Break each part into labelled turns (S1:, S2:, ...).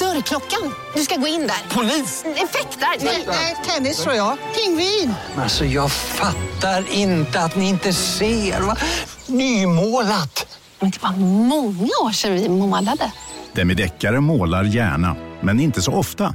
S1: Dörrklockan. Du ska gå in där. Polis? Effektar? Nej, nej, tennis tror jag. Pingvin.
S2: Alltså jag fattar inte att ni inte ser. Va? Nymålat!
S1: Men det var många år sedan vi målade.
S3: Demideckare målar gärna, men inte så ofta.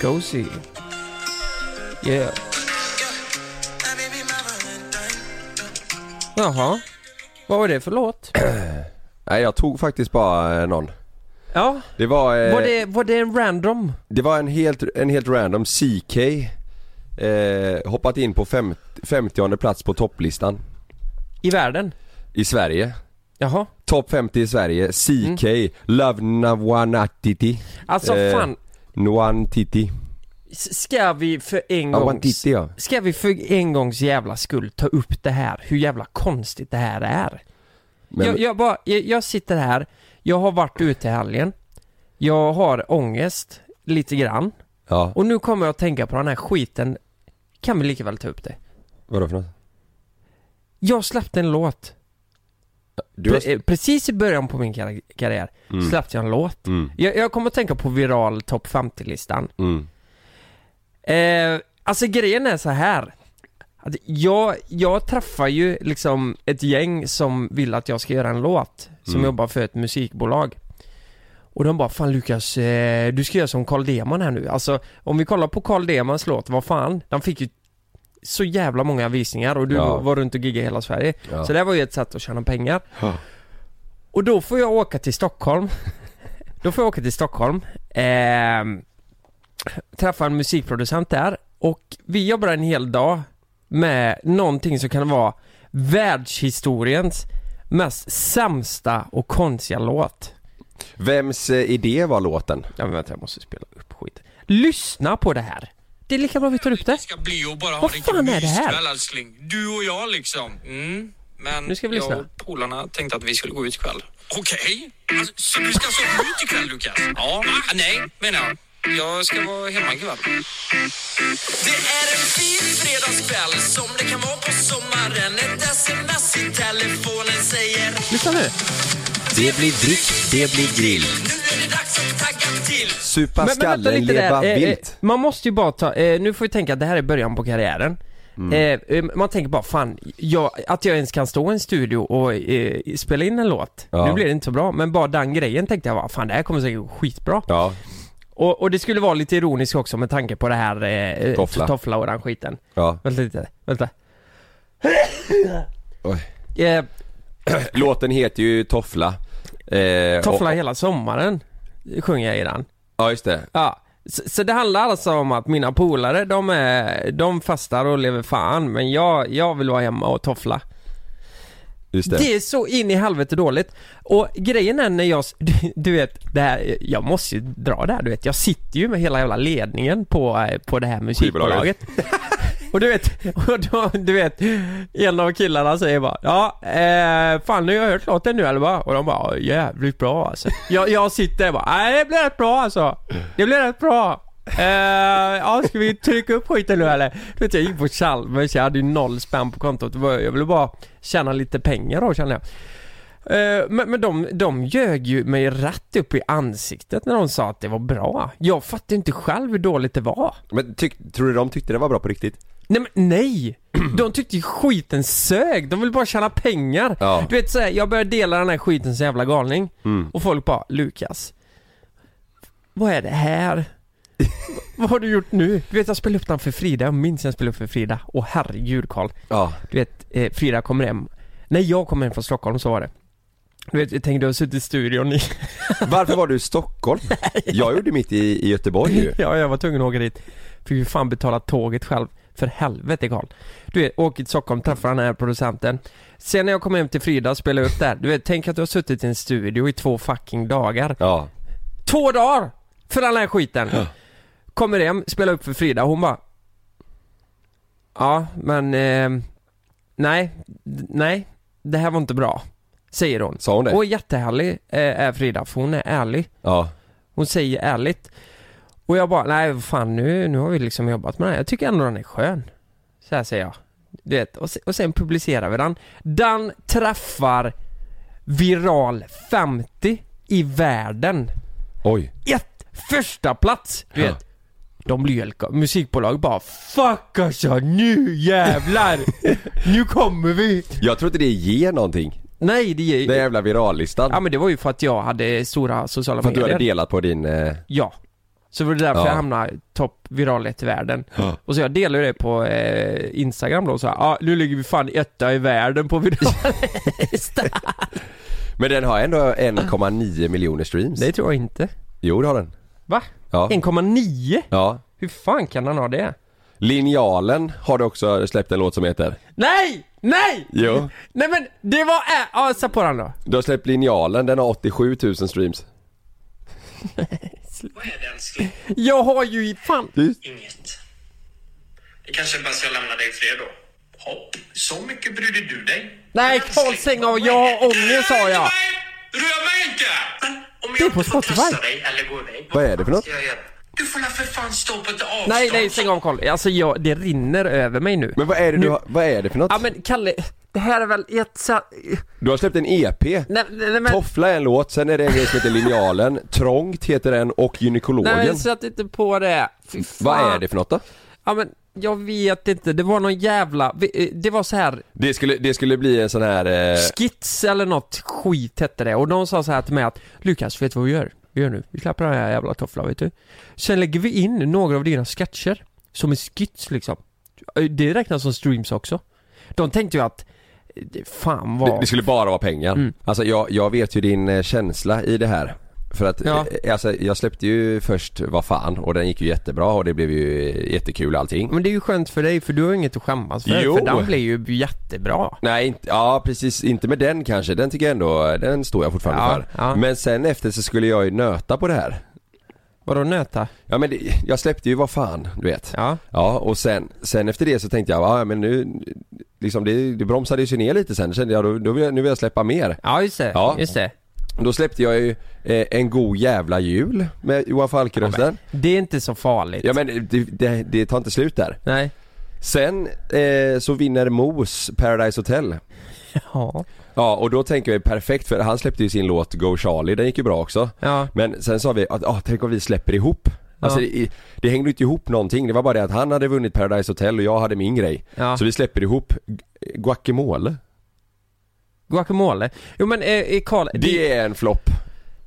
S4: Cozy. Yeah. Jaha. Vad var det för låt?
S5: Nej jag tog faktiskt bara eh, någon.
S4: Ja.
S5: Det var, eh,
S4: Var det, var det en random?
S5: det var en helt, en helt random CK. Eh, hoppat in på fem, 50 plats på topplistan
S4: I världen?
S5: i Sverige.
S4: Jaha.
S5: Topp 50 i Sverige, CK, Love Nawanatiti.
S4: Mm. Alltså
S5: Eh,
S4: fan,
S5: Nuantiti.
S4: s- ska vi för en
S5: Ja,
S4: gångs...
S5: Wantiti ja.
S4: Ska vi för en gångs jävla skull ta upp det här, hur jävla konstigt det här är?
S5: Men,
S4: jag, jag, bara, jag, jag sitter här, jag har varit ute i helgen, jag har ångest, lite grann.
S5: ja,
S4: Och nu kommer jag att tänka på den här skiten, kan vi lika väl ta upp det?
S5: vadå för något?
S4: Jag släppte en låt.
S5: Du har,
S4: Pre- eh, precis i början på min kar- karriär släppte jag en låt.
S5: Mm.
S4: Jag, jag kommer att tänka på viral topp 50-listan.
S5: mm,
S4: Eh, alltså grejen är så här. Att jag, jag träffar ju liksom ett gäng som vill att jag ska göra en låt. Som
S5: Mm.
S4: jobbar för ett musikbolag. Och de bara 'Fan Lukas, eh, du ska göra som Carl Deman här nu' Alltså om vi kollar på Carl Demans låt, vad fan, den fick ju så jävla många visningar och du
S5: Ja.
S4: var runt och giggade i hela Sverige.
S5: Ja.
S4: Så det var ju ett sätt att tjäna pengar.
S5: Ja.
S4: Och då får jag åka till Stockholm. då får jag åka till Stockholm. Ehm, träffa en musikproducent där och vi jobbar en hel dag med någonting som kan vara världshistoriens mest sämsta och konstiga låt.
S5: vems eh, idé var låten?
S4: Ja men vänta, jag måste spela upp skit. Lyssna på det här! Det är lika bra vi tar upp det.
S6: ska bli och bara
S4: Vad
S6: ha lite
S4: fan är det här?
S6: myskväll, älskling. Du och jag liksom. Mm. Men
S4: Nu ska vi lyssna.
S6: jag och polarna tänkte att vi skulle gå ut ikväll. Okej. Alltså, så du ska alltså gå ut ikväll, Lukas? Ja. Ah, nej, menar jag. Jag ska vara hemma ikväll. Det är en fin fredagskväll som det kan vara på sommaren. Ett sms i telefonen säger
S4: Lyssna nu!
S6: Det blir drick, det blir grill. Nu är det dags att tagga till.
S5: Supa skallen, leva
S4: Eh, eh,
S5: vilt.
S4: man måste ju bara ta, eh, nu får vi tänka att det här är början på karriären.
S5: Mm.
S4: Eh, eh, man tänker bara fan, jag, att jag ens kan stå i en studio och eh, spela in en låt.
S5: Ja.
S4: Nu blir det inte så bra, men bara den grejen tänkte jag bara, fan det här kommer säkert gå skitbra.
S5: Ja,
S4: Och, och det skulle vara lite ironiskt också med tanke på det här eh,
S5: Toffla.
S4: toffla. toffla och den skiten.
S5: ja.
S4: Vänta lite, vänta.
S5: Oj.
S4: Eh,
S5: Låten heter ju Toffla. Eh,
S4: toffla
S5: och,
S4: hela sommaren, sjunger jag i den.
S5: Ja just det.
S4: Ja, så, så det handlar alltså om att mina polare, de, är, de fastar och lever fan, men jag, jag vill vara hemma och toffla.
S5: Just det.
S4: Det är så in i helvete dåligt. Och grejen är när jag, s- du, du vet, det här, jag måste ju dra det här du vet. Jag sitter ju med hela jävla ledningen på, eh, på det här musikbolaget. och du vet, och då, du vet, en av killarna säger bara Ja, eh, fan nu har jag hört låten nu eller va? Och de bara "Ja, jävligt bra alltså. Jag, jag sitter där och bara nej det blir rätt bra alltså. Det blir rätt bra. Eh, ja, ska vi trycka upp skiten nu eller? Du vet jag gick på Chalmers, jag hade ju noll spänn på kontot. Det var- Jag ville bara tjäna lite pengar då kände jag. Eh, Men, men de, de ljög ju mig rätt upp i ansiktet när de sa att det var bra. Jag fattade inte själv hur dåligt det var.
S5: Men tyck, tror du de tyckte det var bra på riktigt?
S4: Nej men nej! De tyckte ju skiten sög, de vill bara tjäna pengar.
S5: Ja.
S4: Du vet såhär, jag började dela den här skiten som jävla galning. Och folk bara, Lukas. Vad är det här? Vad har du gjort nu? Du vet jag spelade upp den för Frida, jag minns jag spelade upp för Frida. Åh herregud Karl.
S5: Ja.
S4: Du vet, eh, Frida kommer hem. När jag kom hem från Stockholm så var det. Du vet, jag tänkte jag har suttit i studion i...
S5: Varför var du i Stockholm? Jag gjorde mitt i, i Göteborg ju.
S4: ja, jag var tvungen att åka dit. Fick ju fan betala tåget själv. För helvete Karl. Du vet, åker till Stockholm, träffar den här producenten. Sen när jag kom hem till Frida och spelade upp där. Du vet, tänk att du har suttit i en studio i två fucking dagar.
S5: Ja.
S4: Två dagar! För den här skiten. Kommer hem, spelar upp för Frida, hon bara Ja, men eh, Nej, d- nej Det här var inte bra Säger hon
S5: Sa hon det?
S4: Och jättehärlig eh, är Frida, för hon är ärlig
S5: Ja.
S4: Hon säger ärligt Och jag bara, nej vad fan nu, nu har vi liksom jobbat med den här Jag tycker ändå den är skön Så här säger jag Du vet, och, se, och sen publicerar vi den Den träffar Viral 50 I världen
S5: Oj.
S4: ett första plats Du vet De blir helt gal- Musikbolag bara 'Fuck alltså, nu jävlar! nu kommer vi!'
S5: Jag tror inte det ger någonting.
S4: Nej det är
S5: Den jävla virallistan.
S4: Ja men det var ju för att jag hade stora sociala
S5: för att du
S4: medier
S5: hade delat på din... Eh...
S4: Ja Så det var därför
S5: Ja.
S4: jag hamnade topp viralt i världen
S5: Ja.
S4: Och så jag delade ju det på eh, Instagram då så här, ah, nu ligger vi fan etta i världen på virallistan
S5: Men den har ändå 1,9 miljoner streams.
S4: Det tror jag inte
S5: Jo det har den.
S4: Va?
S5: Ja.
S4: 1,9?
S5: Ja.
S4: Hur fan kan han ha det?
S5: Linjalen har du också släppt en låt som heter.
S4: Nej! Nej!
S5: Jo.
S4: Nej men det var, ä- ja sätt på den då
S5: Du har släppt Linjalen, den har 87 000 streams.
S6: Vad är det älskling?
S4: Jag har ju i- fan...
S6: Inget. Det kanske är bäst jag lämnar dig i fred då. Hopp, så mycket brydde du dig.
S4: Nej, Carl, stäng av. Jag har ångest, sa jag.
S6: Nej, Rör mig inte! Om
S4: Det är
S6: jag
S4: på
S6: inte får
S4: Spotify.
S6: trösta dig eller gå iväg,
S5: Vad är det för något?
S6: ska jag göra? Du får la för fan stå på ett avstånd.
S4: Nej, nej, stäng av Carl. Alltså jag, det rinner över mig nu.
S5: Men vad är det du
S4: Nu-
S5: har, vad är det för något?
S4: Ja men Kalle, det här är väl ett så...
S5: Du har släppt en E EP.
S4: Nej, nej, nej men...
S5: Toffla är en låt, sen är det en grej som heter Linjalen, Trångt heter den och Gynekologen.
S4: Nej men sätt inte på det. Fy fan.
S5: Vad är det för något då?
S4: Ja men, jag vet inte. Det var någon jävla... vi- eh, Det var så här
S5: Det skulle, det skulle bli en sån här... Eh...
S4: skits eller något skit hette det. Och de sa så här till mig att Lukas, vet du vad vi gör? Vi gör nu. Vi släpper den här jävla tofflan, vet du. Sen lägger vi in några av dina sketcher. Som en skits liksom. Det räknas som streams också. De tänkte ju att, eh, fan vad...
S5: Det, det skulle bara vara pengar.
S4: Mm.
S5: Alltså jag, jag vet ju din eh, känsla i det här. För att
S4: Ja.
S5: eh, alltså, jag släppte ju först Vad fan och den gick ju jättebra och det blev ju eh, jättekul allting.
S4: Men det är ju skönt för dig för du har ju inget att skämmas för.
S5: Jo.
S4: För den blev ju jättebra.
S5: Nej, inte, ja precis, inte med den kanske. Den tycker jag ändå, eh, den står jag fortfarande
S4: Ja,
S5: för.
S4: ja.
S5: Men sen efter så skulle jag ju nöta på det här.
S4: Vadå nöta?
S5: Ja men det, jag släppte ju vad fan, du vet.
S4: Ja.
S5: Ja och sen, sen efter det så tänkte jag, ja men nu, liksom det, det bromsades ju ner lite sen. Då kände jag, då, då vill jag, nu vill jag släppa mer.
S4: Ja just det,
S5: Ja.
S4: just det.
S5: Då släppte jag ju eh, En god jävla jul med Johan Falk-rösten.
S4: Det är inte så farligt.
S5: Ja men det, det, det tar inte slut där.
S4: Nej.
S5: Sen eh, så vinner Mos Paradise Hotel.
S4: Ja.
S5: Ja och då tänker jag perfekt för han släppte ju sin låt Go Charlie, den gick ju bra också.
S4: Ja.
S5: Men sen sa vi att ah, tänk om vi släpper ihop. Alltså
S4: Ja.
S5: det, det hängde inte ihop någonting, det var bara det att han hade vunnit Paradise Hotel och jag hade min grej.
S4: Ja.
S5: Så vi släpper ihop Gu- Guacamole.
S4: Guacamole. Jo men eh, eh, Karl, det...
S5: Det är en flopp.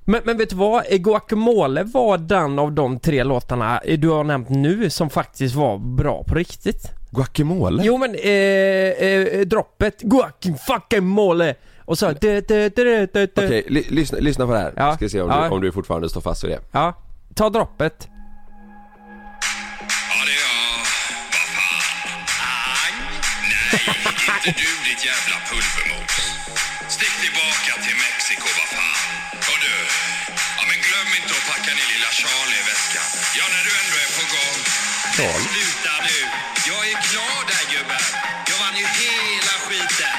S4: men, men vet du vad? Eh, Guacamole var den av de tre låtarna eh, du har nämnt nu som faktiskt var bra på riktigt.
S5: Guacamole?
S4: Jo men, eh, eh, droppet, guacamole! Och så... dö, dö, dö, dö, dö.
S5: Okej, li- lyssna, lyssna på det här.
S4: Ja.
S5: Ska se om,
S4: Ja.
S5: du, om du fortfarande står fast vid det.
S4: Ja. Ta droppet.
S6: Ja, det är jag. Vad fan? Ang? Nej, inte du ditt jävla pulvermos. Stick tillbaka till Mexiko, vad fan. Och du, ja, men glöm inte att packa ner lilla Charlie i väskan. Ja, när du ändå är på gång. Charlie? Sluta nu. Jag är klar där, gubben. Jag vann ju hela skiten.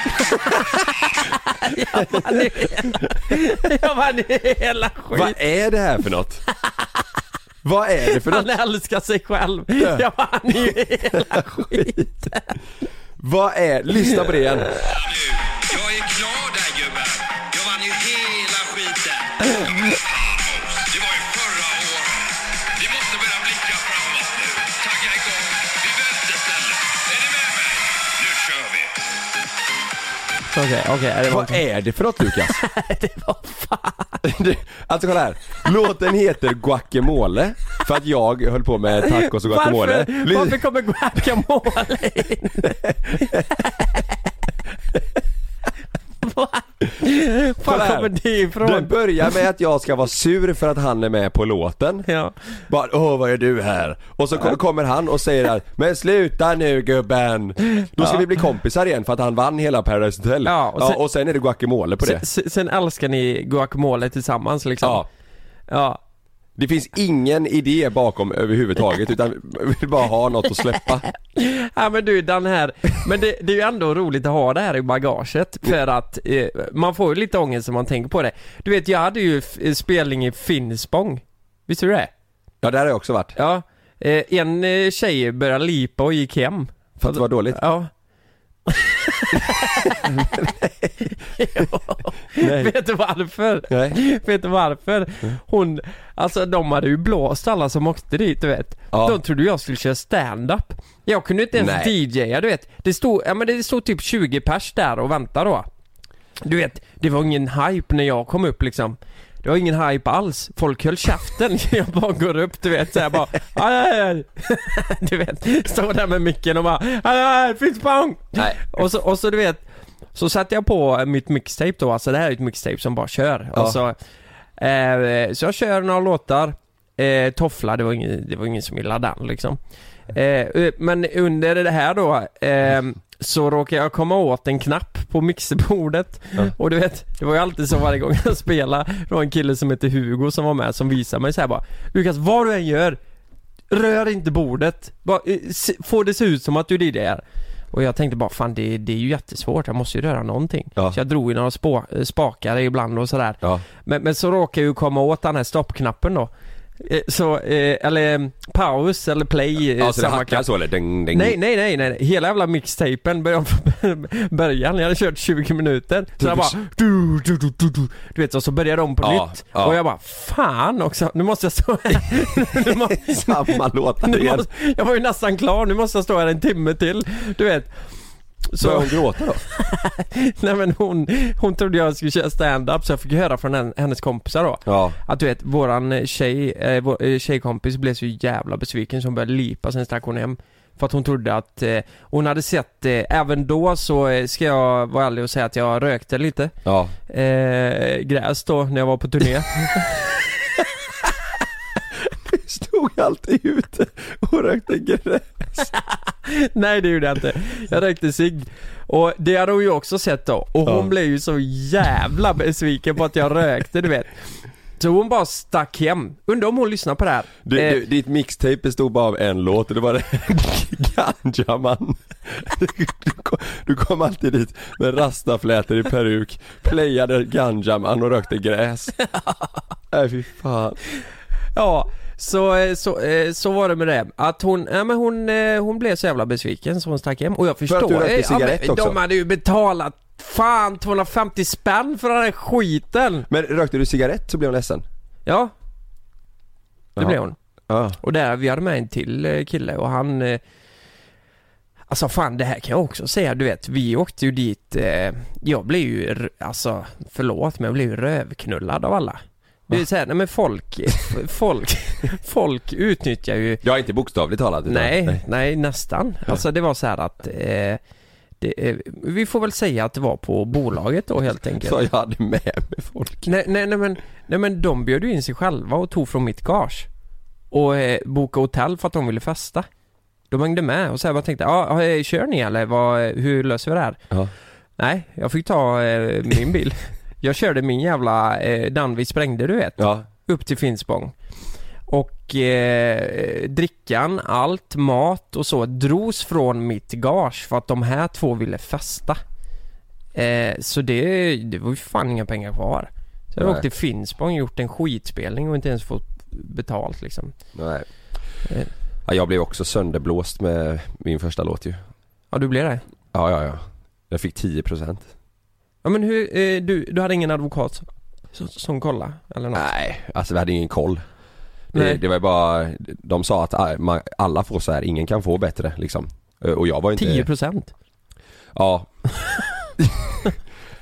S4: Jag vann hela skiten.
S5: Vad är det här för något? Vad är det för något?
S4: Han älskar sig själv. Jag vann ju hela skiten.
S5: Vad är, lyssna på det igen.
S6: Nu, jag är klar där, gubben. Jag vann ju hela skiten. Det var ju förra året. Vi måste börja blicka framåt nu. Tagga igång. Vi väntar istället. Är ni med mig? Nu kör vi.
S4: Okej, okej.
S5: Vad är det för något Lukas?
S4: Det var fan.
S5: Du, Alltså kolla här, låten heter Guacamole för att jag höll på med tacos och guacamole.
S4: Varför,
S5: Ly-
S4: varför kommer guacamole in? Var
S5: Kolla här.
S4: kommer det
S5: Den
S4: ifrån?
S5: börjar med att jag ska vara sur för att han är med på låten.
S4: Ja.
S5: Bara, åh vad är du här? Och så kom- kommer han och säger att, men sluta nu gubben! Då ska vi bli kompisar igen för att han vann hela Paradise Hotel.
S4: Ja, och sen-
S5: ja, och sen är det guacamole på det.
S4: S- s- Sen älskar ni guacamole tillsammans liksom?
S5: Ja.
S4: Ja.
S5: Det finns ingen idé bakom överhuvudtaget utan vi vill bara ha något att släppa.
S4: Ja men du den här, men det, det är ju ändå roligt att ha det här i bagaget för att eh, man får ju lite ångest om man tänker på det. Du vet jag hade ju f- spelning i Finspång, visste du det?
S5: Ja, där har jag också varit.
S4: Ja, eh, en eh, tjej började lipa och gick hem.
S5: För att det var dåligt.
S4: Ja.
S5: Nej.
S4: Vet du varför?
S5: Nej.
S4: Vet du varför? Hon, alltså de hade ju blåst alla som åkte dit du vet.
S5: Ja.
S4: De trodde jag skulle köra stand-up. Jag kunde inte ens
S5: Nej.
S4: DJa du vet. Det stod, ja men det stod typ 20 pers där och väntade då. Du vet, det var ingen hype när jag kom upp liksom. Det var ingen hype alls. Folk höll käften. Jag bara går upp du vet såhär bara aj, aj, aj. Du vet, står där med micken och bara aj, aj, aj, finns pang!
S5: Nej.
S4: Och så, och så du vet, så satte jag på mitt mixtape då, alltså det här är ett mixtape som bara kör.
S5: Ja.
S4: Och så, eh, så jag kör några låtar, eh, Toffla, det var, ingen, det var ingen som gillade den liksom. Eh, eh, men under det här då, eh, så råkade jag komma åt en knapp på mixerbordet. Och du vet, det var ju alltid så varje gång jag spelade, det var en kille som hette Hugo som var med som visade mig så här bara Lukas, vad du än gör, rör inte bordet. Bara, eh, se- Få det se ut som att du är där. Och jag tänkte bara fan det, det är ju jättesvårt, jag måste ju röra någonting.
S5: Ja.
S4: Så jag drog i några spå, eh, spakar ibland och sådär.
S5: Ja.
S4: Men, men så råkade jag ju komma åt den här stoppknappen då. Eh, Så, eh, eller eh, paus eller play, eh,
S5: Ja, så det
S4: samma
S5: hackar
S4: knapp.
S5: så eller? Ding, ding.
S4: Nej, nej, nej, nej. Hela jävla mixtapen började om från början. Jag hade kört 20 minuter. Så jag bara... Du, du, du, du, du. du vet, och så började de om på
S5: Ja,
S4: nytt.
S5: ja.
S4: Och jag bara, fan också. Nu måste jag stå här. nu må,
S5: Samma låt
S4: nu
S5: igen.
S4: måste, jag var ju nästan klar. Nu måste jag stå här en timme till. Du vet.
S5: Börjar
S4: Så,
S5: hon gråta då?
S4: nej men hon, hon trodde jag skulle köra stand-up så jag fick höra från hen- hennes kompisar då.
S5: Ja.
S4: Att du vet, våran eh, tjej, eh, vår eh, tjejkompis blev så jävla besviken så hon började lipa, sen stack hon hem. För att hon trodde att, eh, hon hade sett, eh, även då så eh, ska jag vara ärlig och säga att jag rökte lite
S5: Ja.
S4: eh, gräs då när jag var på turné.
S5: Stod alltid ute och rökte gräs.
S4: Nej det gjorde jag inte. Jag rökte cigg. Och det hade hon ju också sett då. Och hon
S5: Ja.
S4: blev ju så jävla besviken på att jag rökte du vet. Så hon bara stack hem. Undrar om hon lyssnar på det här.
S5: Du,
S4: Eh,
S5: du, ditt mixtape bestod bara av en låt och det var det Ganjaman. Du, du, kom- du kom alltid dit med rastaflätor i peruk, playade Ganjaman och rökte gräs. Nej fy fan.
S4: Ja, så, eh, så, eh, så var det med det. Att hon, ja, men hon, eh, hon blev så jävla besviken så hon stack hem. Och jag förstår.
S5: att du rökte
S4: eh, ja, men
S5: cigarett också.
S4: De hade ju betalat fan 250 spänn för den här skiten.
S5: Men rökte du cigarett så blev hon ledsen?
S4: Ja, det
S5: Jaha.
S4: blev hon.
S5: Ja.
S4: Och där, vi hade med en till eh, kille och han eh, Alltså fan det här kan jag också säga, du vet vi åkte ju dit eh, Jag blev ju, r- alltså förlåt men jag blev ju rövknullad av alla Det
S5: Ah.
S4: är såhär, nej men folk, f- folk, folk utnyttjar ju
S5: Jag är inte bokstavligt talat utan-
S4: Nej, nej, nästan. Alltså det var så här att eh, det, eh, vi får väl säga att det var på bolaget då helt enkelt.
S5: Så jag hade med mig folk.
S4: Nej, nej, nej, men, nej men de bjöd ju in sig själva och tog från mitt gage. Och eh, bokade hotell för att de ville festa. De hängde med och så här bara tänkte, ja, ah, eh, kör ni eller vad, hur löser vi det här?
S5: Ja.
S4: Nej, jag fick ta eh, min bil. Jag körde min jävla, eh, den vi sprängde du vet
S5: Ja.
S4: upp till Finspång. Och eh, drickan, allt, mat och så drogs från mitt gage för att de här två ville festa. Eh, så det, det var ju fan inga pengar kvar. Så jag
S5: Nej.
S4: åkte till Finspång och gjort en skitspelning och inte ens fått betalt liksom.
S5: Nej. Ja, jag blev också sönderblåst med min första låt ju.
S4: Ja, du blev det?
S5: Ja, ja, ja. Jag fick 10%.
S4: Ja men hur, eh, du, du hade ingen advokat som, som, som kollade eller något?
S5: Nej, alltså vi hade ingen koll. Det,
S4: Nej.
S5: det var ju bara, de sa att ah, man- alla får så här, ingen kan få bättre liksom. Eh, Och jag var ju inte...
S4: 10%?
S5: Ja.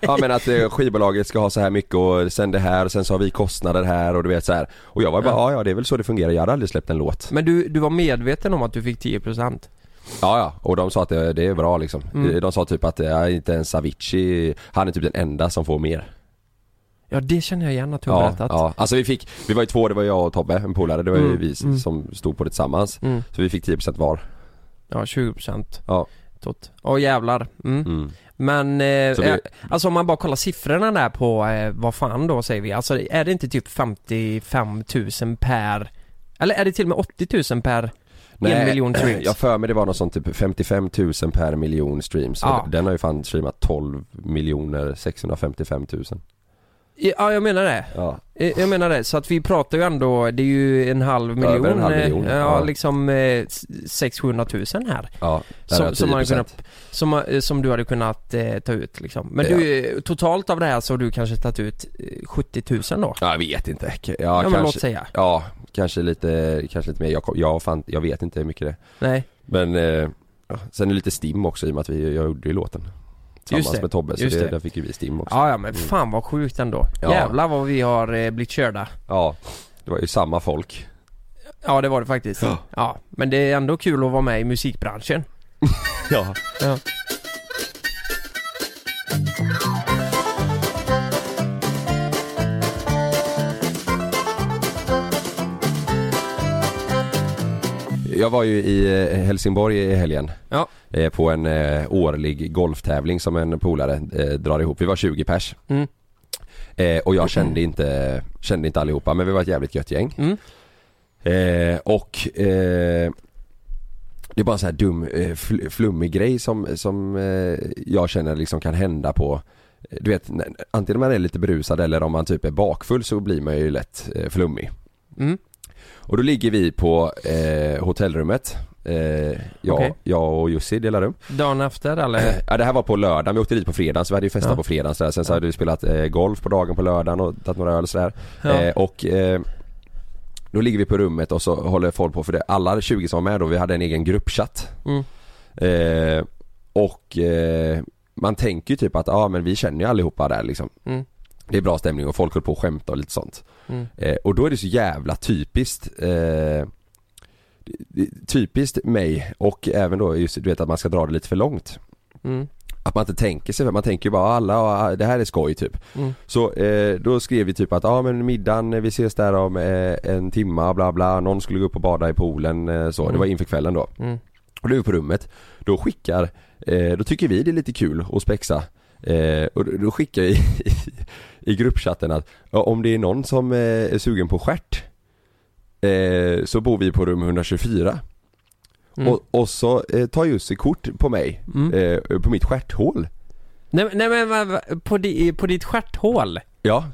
S5: Ja men att eh, skivbolaget ska ha så här mycket och sen det här och sen så har vi kostnader här och du vet så här. Och jag var bara, ja ja det är väl så det fungerar, jag hade aldrig släppt en låt.
S4: Men du, du var medveten om att du fick 10%?
S5: Ja ja, och de sa att det, det är bra liksom. De, de sa typ att eh, inte ens Avicii, han är typ den enda som får mer.
S4: Ja, det känner jag igen att du har
S5: Ja,
S4: berättat.
S5: ja, alltså vi fick, vi var ju två, det var jag och Tobbe, en polare, det var ju vi s- som stod på det tillsammans.
S4: Mm.
S5: Så vi fick 10% var.
S4: Ja, 20%
S5: Ja.
S4: tot. Åh jävlar. Mm.
S5: Mm.
S4: Men, eh,
S5: Så det-
S4: eh, alltså om man bara kollar siffrorna där på, eh, vad fan då säger vi, alltså är det inte typ 55 000 per, eller är det till och med 80 000 per en miljon streams?
S5: Jag för mig det var något sånt typ 55 000 per miljon streams.
S4: Ja.
S5: Den har ju fan streamat 12 miljoner 655 000.
S4: Ja, jag menar det.
S5: Ja.
S4: Eh, Jag menar det, så att vi pratar ju ändå, det är ju en halv miljon,
S5: Över en halv
S4: eh,
S5: miljon,
S4: ja,
S5: ja.
S4: liksom eh, s- 600 000 här.
S5: Ja, där
S4: Som,
S5: har jag
S4: som, man
S5: 10%.
S4: kunnat, som, eh, som du hade kunnat eh, ta ut liksom. Men
S5: Ja.
S4: du, eh, totalt av det här så har du kanske tagit ut eh, 70 000 då?
S5: Ja, jag vet inte. Ja,
S4: Ja, men låt
S5: kanske,
S4: säga.
S5: ja kanske lite, kanske lite mer. Jag, kom- jag, fan, jag vet inte hur mycket det är.
S4: Nej.
S5: Men eh, ja, sen är det lite stim också i och med att vi, jag gjorde ju låten. Tillsammans
S4: det,
S5: med Tobbe, så
S4: just
S5: det,
S4: det.
S5: där fick ju vi stim också. Ja.
S4: Ja, ja men fan vad sjukt ändå.
S5: Ja.
S4: Jävlar vad vi har eh, blivit körda.
S5: det var ju samma folk.
S4: Ja det var det faktiskt. Ja, men det är ändå kul att vara med i musikbranschen.
S5: Ja.
S4: Ja.
S5: Jag var ju i eh, Helsingborg i helgen.
S4: Ja.
S5: eh, på en eh, årlig golftävling som en polare eh, drar ihop. Vi var 20 pers.
S4: Mm.
S5: Eh, och jag kände inte, kände inte allihopa men vi var ett jävligt gött gäng.
S4: Mm.
S5: Eh, och eh, det är bara en sån här dum, eh, fl- flummig grej som, som eh, jag känner liksom kan hända på eh, du vet, när- antingen man är lite berusad eller om man typ är bakfull så blir man ju lätt eh, flummig.
S4: Mm.
S5: Och då ligger vi på eh, hotellrummet. Eh, jag,
S4: Okej.
S5: jag och Jussi delar rum.
S4: Dagen efter eller?
S5: Eh, Ja det här var på lördagen, vi åkte dit på fredagen så vi hade ju festat
S4: Ja.
S5: på fredagen sådär. Sen så hade vi spelat eh, golf på dagen på lördagen och tagit några öl och sådär.
S4: Ja.
S5: Eh, och eh, då ligger vi på rummet och så håller folk på för det. Alla 20 som var med då, vi hade en egen gruppchatt.
S4: Mm.
S5: Eh, och eh, man tänker ju typ att ja ah, men vi känner ju allihopa där liksom.
S4: Mm.
S5: Det är bra stämning och folk håller på och skämtar och lite sånt.
S4: Mm.
S5: Eh, och då är det så jävla typiskt eh, Typiskt mig och även då just du vet att man ska dra det lite för långt.
S4: Mm.
S5: Att man inte tänker sig för, man tänker ju bara alla, ah, det här är skoj typ.
S4: Mm.
S5: Så eh, då skrev vi typ att ja ah, men middagen, eh, vi ses där om eh, en timma bla bla, någon skulle gå upp och bada i poolen eh, så, det var inför kvällen då.
S4: Mm.
S5: Och då är vi på rummet, då skickar, eh, då tycker vi det är lite kul att spexa. Eh, och då- då skickar jag i, i, i gruppchatten att ja, om det är någon som eh, är sugen på stjärt eh, så bor vi på rum 124.
S4: Mm.
S5: Och, och så eh, tar Jussi kort på mig,
S4: Mm.
S5: eh, på mitt stjärthål.
S4: Nej, men- nej men va- va- på, di, på ditt stjärthål?
S5: Ja,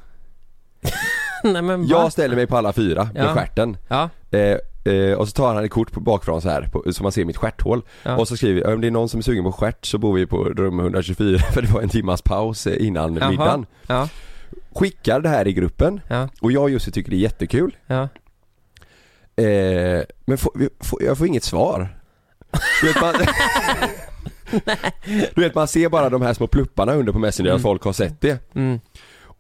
S4: nej men va?
S5: jag ställer mig på alla fyra med
S4: Ja.
S5: stjärten.
S4: Ja,
S5: Eh, eh, och så tar han ett kort på bakifrån så här, på, så man ser mitt stjärthål.
S4: Ja.
S5: Och så skriver jag, om det är någon som är sugen på stjärt så bor vi på rum 124 för det var en timmas paus eh, innan
S4: Jaha.
S5: middagen.
S4: ja,
S5: Skickar det här i gruppen
S4: ja,
S5: och jag och Jussi tycker det är jättekul.
S4: ja.
S5: Eh, men får, vi- får, jag får inget svar. Du vet, man, du vet man ser bara de här små plupparna under på Messenger att folk har sett det.
S4: Mm.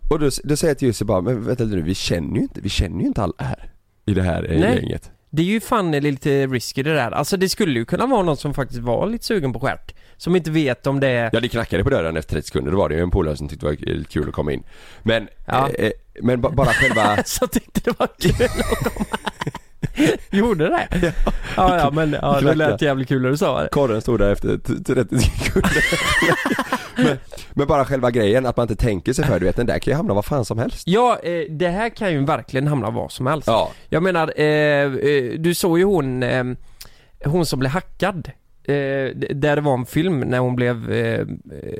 S5: Och då, då säger jag till Jussi bara, men vänta lite nu, vi känner ju inte, vi känner ju inte alla här. I det här eh,
S4: Nej.
S5: gänget.
S4: Det är ju fan lite risky det där. Alltså det skulle ju kunna vara någon som faktiskt var lite sugen på stjärt. Som inte vet om det är...
S5: Ja det knackade på dörren efter 30 sekunder, då var det ju en polare som tyckte det var lite kul att komma in. Men,
S4: Ja.
S5: eh, eh, men ba- bara själva
S4: Så tyckte det var kul att komma. Gjorde det? Ja, ja, men ja, det lät jävligt kul när du sa det.
S5: korren stod där efter t- 30 sekunder. men, men bara själva grejen, att man inte tänker sig för, du vet den där kan ju hamna var fan som helst.
S4: Ja, eh, det här kan ju verkligen hamna var som helst.
S5: Ja.
S4: Jag menar, eh, eh, du såg ju hon, eh, hon som blev hackad. Eh, d- där det var en film när hon blev, eh, eh,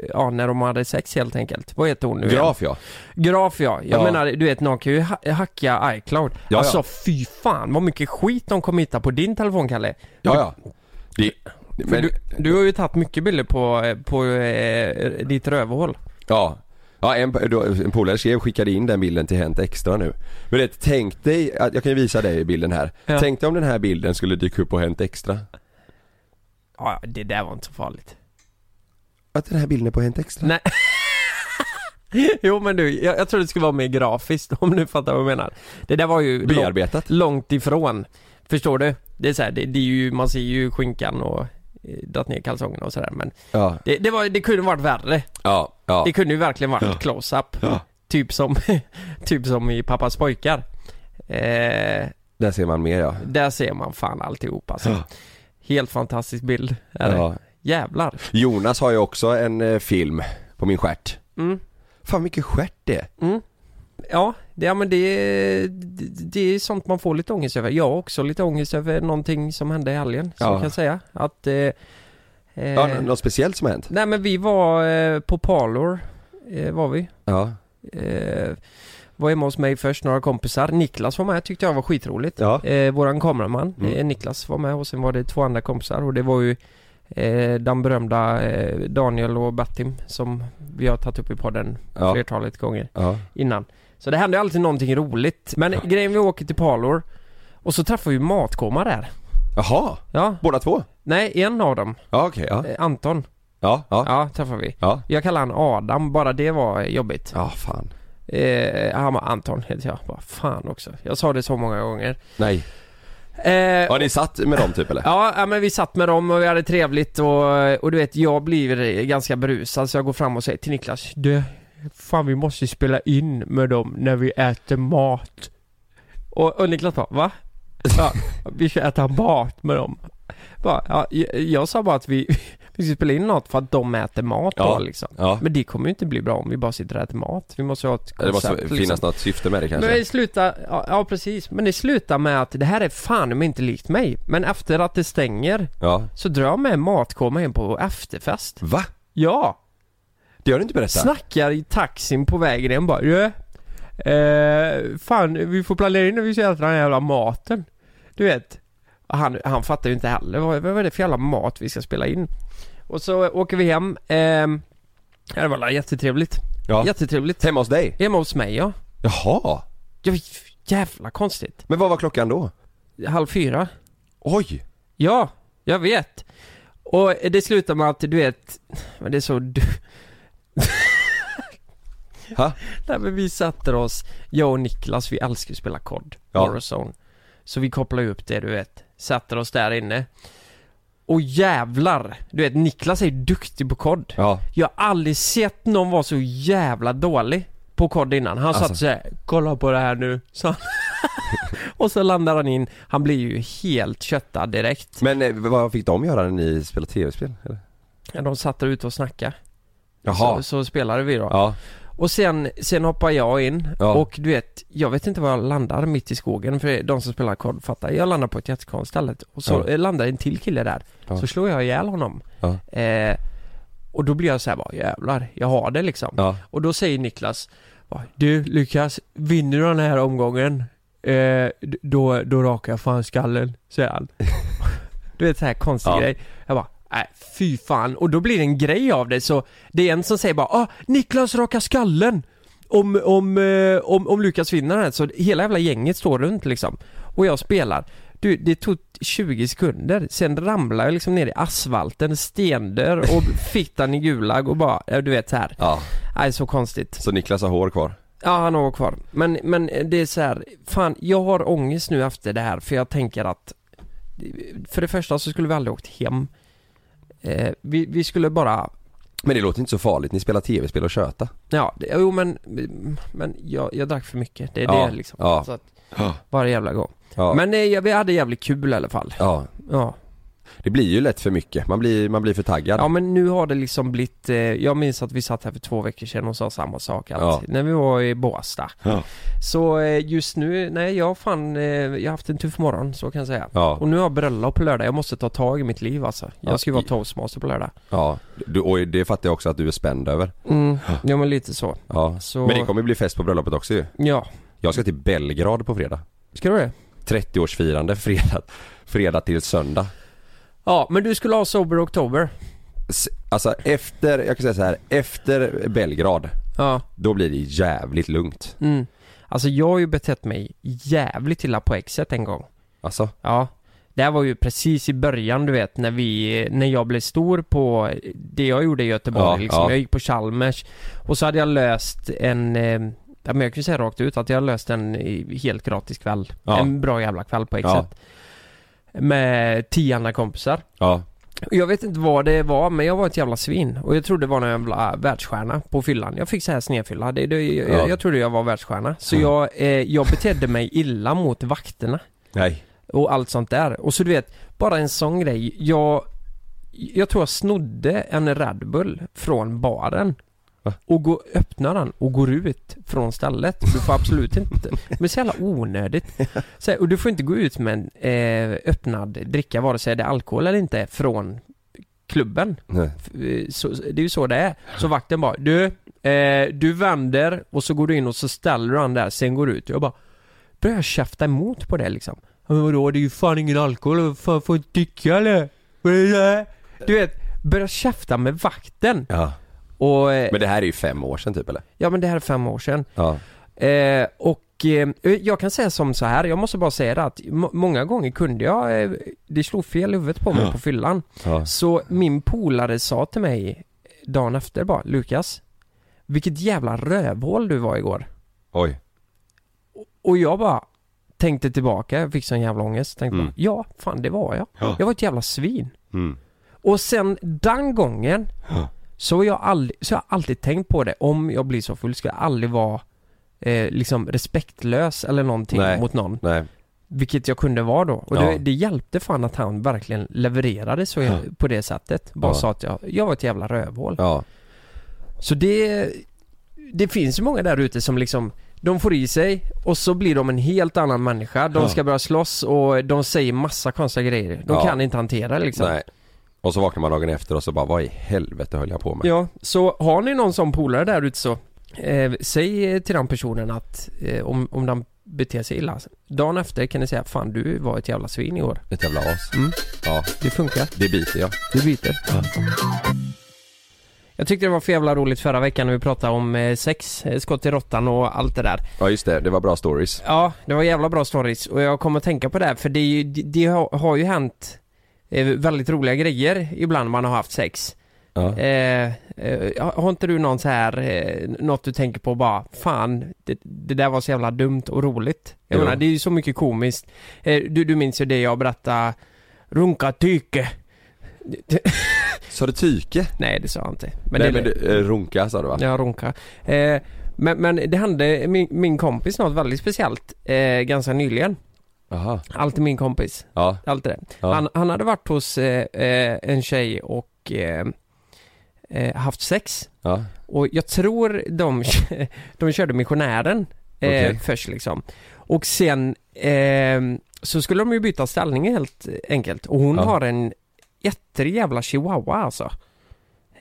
S4: ja när de hade sex helt enkelt. Vad heter hon nu igen?
S5: Graf ja.
S4: Graf ja. Jag
S5: Ja.
S4: menar, du vet någon kan ju ha- hacka iCloud.
S5: ja.
S4: alltså fy fan vad mycket skit de kommer hitta på din telefon Kalle.
S5: Ja ja. Det,
S4: För
S5: men,
S4: du, du har ju tagit mycket bilder på, eh, på eh, ditt rövhål.
S5: ja. Ja en, då, en polare skrev, skickade in den bilden till Hänt Extra nu. Men det, tänk dig, att, jag kan ju visa dig bilden här.
S4: Ja.
S5: Tänk dig om den här bilden skulle dyka upp på Hänt Extra.
S4: Ja, det där var inte så farligt.
S5: Att den här bilden är på Hänt Extra.
S4: Nej. Jo men du, jag, jag tror det skulle vara mer grafiskt om du fattar vad jag menar. Det där var ju lång-
S5: Bearbetat.
S4: långt ifrån. Förstår du? Det är så här, det, det är ju, man ser ju skinkan och eh, dragit ner kalsongerna och sådär men
S5: Ja,
S4: det, det, var, det kunde varit värre.
S5: ja, ja.
S4: Det kunde ju verkligen varit
S5: Ja.
S4: close-up.
S5: Ja.
S4: Typ som, typ som i Pappas pojkar. Eh,
S5: Där ser man mer ja.
S4: där ser man fan alltihop alltså.
S5: Ja.
S4: Helt fantastisk bild. Är det?
S5: ja.
S4: Jävlar.
S5: Jonas har ju också en eh, film på min stjärt.
S4: Mm.
S5: Fan mycket stjärt det är.
S4: Ja, det, ja men det, det, det är sånt man får lite ångest över. Jag har också lite ångest över någonting som hände i helgen, som
S5: Ja.
S4: jag kan säga. Att... Eh, eh,
S5: Ja, n- något speciellt som har hänt?
S4: nej men vi var eh, på Parlor, eh, var vi.
S5: Ja,
S4: Eh, var hemma hos mig först, några kompisar. Niklas var med, tyckte jag var skitroligt.
S5: ja,
S4: Eh, våran kameraman,
S5: Mm.
S4: eh, Niklas var med och sen var det två andra kompisar och det var ju eh, de berömda eh, Daniel och Battim som vi har tagit upp i podden
S5: ja,
S4: flertalet gånger
S5: ja.
S4: innan. Så det hände alltid någonting roligt. Men grejen vi åker till Palor och så träffar vi Matkoma där.
S5: Jaha,
S4: Ja,
S5: båda två?
S4: nej en av dem,
S5: Ja okej, ja.
S4: eh, Anton,
S5: ja, ja,
S4: ja träffar vi.
S5: ja.
S4: Jag kallar han Adam, bara det var eh, jobbigt.
S5: Ja, fan.
S4: Eh, han var Anton heter jag, bara fan också. Jag sa det så många gånger.
S5: Nej.
S4: Eh,
S5: Ja, ni satt med dem typ eller?
S4: Ja, ja, men vi satt med dem och vi hade trevligt och, och du vet, jag blir ganska brusad så jag går fram och säger till Niklas Du, fan vi måste spela in med dem när vi äter mat. Och, och Niklas bara, va? Ja, vi ska äta mat med dem. Bara, ja, jag, jag sa bara att vi, vi ska spela in något för att de äter mat
S5: Ja.
S4: då liksom.
S5: Ja.
S4: Men det kommer ju inte bli bra om vi bara sitter och äter mat. Vi måste ha ett
S5: Det måste
S4: koncept,
S5: finnas något syfte med det kanske?
S4: men det slutar, ja, ja precis, men det slutar med att det här är fan om inte likt mig. Men efter att det stänger
S5: Ja.
S4: så drar jag med matkoma in på efterfest.
S5: Va?
S4: Ja!
S5: Det har du inte berättat?
S4: Snackar i taxin på vägen hem bara "Ja, eh, Fan, vi får planera in när vi ska äta den här jävla maten. Du vet. Han, han fattar ju inte heller vad, vad är det för jävla mat vi ska spela in. Och så åker vi hem. ehm, ja, det var väl jättetrevligt.
S5: Ja.
S4: Jättetrevligt.
S5: Hemma hos dig?
S4: Hemma hos mig ja.
S5: Jaha.
S4: ja jävla konstigt.
S5: Men vad var klockan då?
S4: halv fyra.
S5: Oj!
S4: Ja, jag vet. Och det slutar med att du vet, men det är så du...
S5: Ha?
S4: Nej men vi satte oss, jag och Niklas, vi älskar ju att spela kod,
S5: Ja.
S4: Warzone. Så vi kopplar ju upp det du vet, sätter oss där inne. Och jävlar, du vet Niklas är ju duktig på kod.
S5: Ja.
S4: Jag har aldrig sett någon vara så jävla dålig på kod innan. Han
S5: Alltså.
S4: satt såhär, kolla på det här nu. Så han... och så landar han in, han blir ju helt köttad direkt.
S5: Men eh, vad fick de göra när ni spelade tv-spel? eller?
S4: Ja, De satt där ute och snackade.
S5: Jaha.
S4: Så, så spelade vi då.
S5: Ja.
S4: Och sen, sen hoppar jag in
S5: Ja.
S4: och du vet, jag vet inte var jag landar mitt i skogen för de som spelar kod fattar. Jag landar på ett jättekonstigt ställe och så
S5: Ja.
S4: eh, landar en till kille där.
S5: Ja.
S4: Så slår jag ihjäl honom.
S5: Ja.
S4: Eh, och då blir jag så här bara, jävlar, jag har det liksom.
S5: Ja.
S4: Och då säger Niklas bara, Du Lukas, vinner du den här omgången eh, d- då, då rakar jag fan skallen, säger han. du vet så här konstig
S5: Ja.
S4: grej. Jag bara, nej fy fan. Och då blir det en grej av det så det är en som säger bara ah, Niklas rakar skallen. Om, om, eh, om, om Lukas vinner den här så hela jävla gänget står runt liksom. Och jag spelar. Du, det tog 20 sekunder, sen ramlade jag liksom ner i asfalten, stendör och fittan i gulag och bara, eh, du vet så här.
S5: ja.
S4: Nej, så konstigt.
S5: Så Niklas har hår kvar?
S4: Ja, han har kvar. Men, men det är så här, fan, jag har ångest nu efter det här för jag tänker att för det första så skulle vi aldrig åkt hem. Eh, vi, vi skulle bara,
S5: Men det låter inte så farligt, ni spelar tv-spel och köta.
S4: ja, det, jo men, men jag, jag drack för mycket. Det är
S5: Ja,
S4: det liksom.
S5: ja.
S4: Så att,
S5: Ja.
S4: varje jävla gång.
S5: Ja.
S4: Men eh, ja, vi hade jävligt kul i alla fall.
S5: Ja.
S4: Ja.
S5: Det blir ju lätt för mycket, man blir, man blir för taggad.
S4: Ja men nu har det liksom blivit, eh, jag minns att vi satt här för två veckor sedan och sa samma sak alltid, när vi var i Båstad.
S5: Ja.
S4: Så eh, just nu, nej jag har fan, eh, jag har haft en tuff morgon så kan jag säga.
S5: Ja.
S4: Och nu har jag bröllop på lördag, jag måste ta tag i mitt liv alltså.
S5: Ja,
S4: Jag ska ju vara
S5: i-
S4: toastmaster på lördag.
S5: Ja. Du, och det fattar jag också att du är spänd över.
S4: Mm, ja men lite så.
S5: Ja.
S4: Så-
S5: Men det kommer bli fest på bröllopet också ju.
S4: Ja.
S5: Jag ska till Belgrad på fredag.
S4: Ska du det?
S5: 30-årsfirande fredag, fredag till söndag.
S4: Ja, men du skulle ha Sober Oktober.
S5: S- Alltså efter, jag kan säga så här, efter Belgrad,
S4: Ja.
S5: då blir det jävligt lugnt.
S4: Mm. Alltså jag har ju betett mig jävligt illa på exet en gång.
S5: Alltså,
S4: Ja. Det här var ju precis i början du vet när vi, när jag blev stor på det jag gjorde i Göteborg
S5: Ja,
S4: liksom.
S5: ja.
S4: Jag gick på Chalmers och så hade jag löst en eh, Ja, men jag kan ju säga rakt ut att jag löst en i- helt gratis kväll.
S5: Ja.
S4: En bra jävla kväll på
S5: Ja.
S4: Exet. Med tio andra kompisar.
S5: Ja,
S4: Jag vet inte vad det var men jag var ett jävla svin och jag trodde det var någon jävla världsstjärna på fyllan. Jag fick så här snedfylla. Det, det, jag,
S5: Ja. Mm.
S4: jag trodde jag var världsstjärna. Så jag, eh, jag betedde mig illa mot vakterna
S5: nej.
S4: och allt sånt där. Och så du vet, bara en sån grej. Jag, jag tror jag snodde en Red Bull från baren.
S5: Va?
S4: Och går, öppnar den och går ut från stället. Du får absolut inte... Men så jävla onödigt. Så här, och du får inte gå ut med en eh, öppnad dricka, vare sig det är alkohol eller inte, från klubben.
S5: nej.
S4: F- eh, Så, det är ju så det är. Så vakten bara, du, eh, du vänder och så går du in och så ställer du han där, sen går du ut. Jag bara, börjar käfta emot på det liksom. "Ja, Men vadå, det är ju fan ingen alkohol, vad fan får jag inte dricka eller? Vad är det?" Du vet, börjar käfta med vakten.
S5: Ja.
S4: Och, eh,
S5: Men det här är ju fem år sedan typ eller?
S4: ja men det här är fem år sedan.
S5: Ja.
S4: Eh, och eh, jag kan säga som så här, jag måste bara säga det att må- många gånger kunde jag, eh, det slog fel i huvudet på mig på fyllan.
S5: Ja.
S4: Så min polare sa till mig dagen efter bara, Lukas, vilket jävla rövhål du var igår.
S5: Oj.
S4: Och jag bara tänkte tillbaka, jag fick sån jävla ångest, tänkte
S5: Mm.
S4: bara, ja fan det var jag.
S5: Ja.
S4: Jag var ett jävla svin.
S5: Mm.
S4: Och sen den gången
S5: Ja.
S4: så har jag aldrig, så har jag alltid tänkt på det, om jag blir så full ska jag aldrig vara eh, liksom respektlös eller någonting
S5: Nej.
S4: mot någon.
S5: Nej.
S4: Vilket jag kunde vara då. Och det,
S5: Ja.
S4: det hjälpte fan att han verkligen levererade så
S5: Ja.
S4: på det sättet. Bara
S5: Ja.
S4: sa att jag, jag var ett jävla rövhål.
S5: Ja.
S4: Så det, det finns ju många där ute som liksom de får i sig och så blir de en helt annan människa. De
S5: Ja.
S4: ska börja slåss och de säger massa konstiga grejer. De
S5: Ja.
S4: kan inte hantera det, liksom.
S5: Nej. Och så vaknar man dagen efter och så bara, vad i helvete höll jag på med?
S4: Ja, så har ni någon sån polare där ute så eh, säg eh, till den personen att eh, om, om den beter sig illa. Dagen efter kan ni säga fan du var ett jävla svin i år.
S5: Ett jävla as.
S4: Mm.
S5: Ja,
S4: Det funkar.
S5: det biter jag.
S4: Du byter. Jag tyckte det var för jävla roligt förra veckan när vi pratade om eh, sex, eh, skott i råttan och allt det där.
S5: Ja just det, det var bra stories.
S4: Ja, det var jävla bra stories och jag kommer att tänka på det här för det, är ju, det, det har, har ju hänt eh, väldigt roliga grejer ibland man har haft sex.
S5: Ja.
S4: Eh, eh, har har inte du någon så här, eh, något du tänker på bara, fan, det, det där var så jävla dumt och roligt. Jag
S5: Jo.
S4: menar, det är ju så mycket komiskt. Eh, du, du minns ju det jag berättade, runka tyke.
S5: Sa du tyke?
S4: Nej, det sa jag inte. Men
S5: Nej
S4: det,
S5: men du, eh, runka sa du va?
S4: Ja, ronka. Eh, men, men det hände min, min kompis något väldigt speciellt eh, ganska nyligen.
S5: Jaha.
S4: Alltid min kompis.
S5: Ja.
S4: Alltid det.
S5: Ja.
S4: Han, han hade varit hos eh, eh, en tjej och eh, eh, haft sex.
S5: Ja.
S4: Och jag tror de, de körde missionären eh,
S5: Okej.
S4: först liksom. Och sen eh, så skulle de ju byta ställning helt enkelt. Och hon
S5: Ja.
S4: har en jättejävla jävla chihuahua alltså.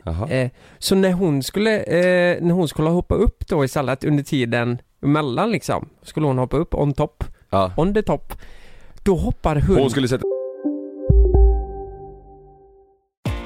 S5: Jaha.
S4: Eh, så när hon skulle, eh, när hon skulle hoppa upp då istället under tiden mellan liksom, skulle hon hoppa upp on top,
S5: Ja.
S4: on the top. Då hoppar hund...
S5: Hon skulle sätta...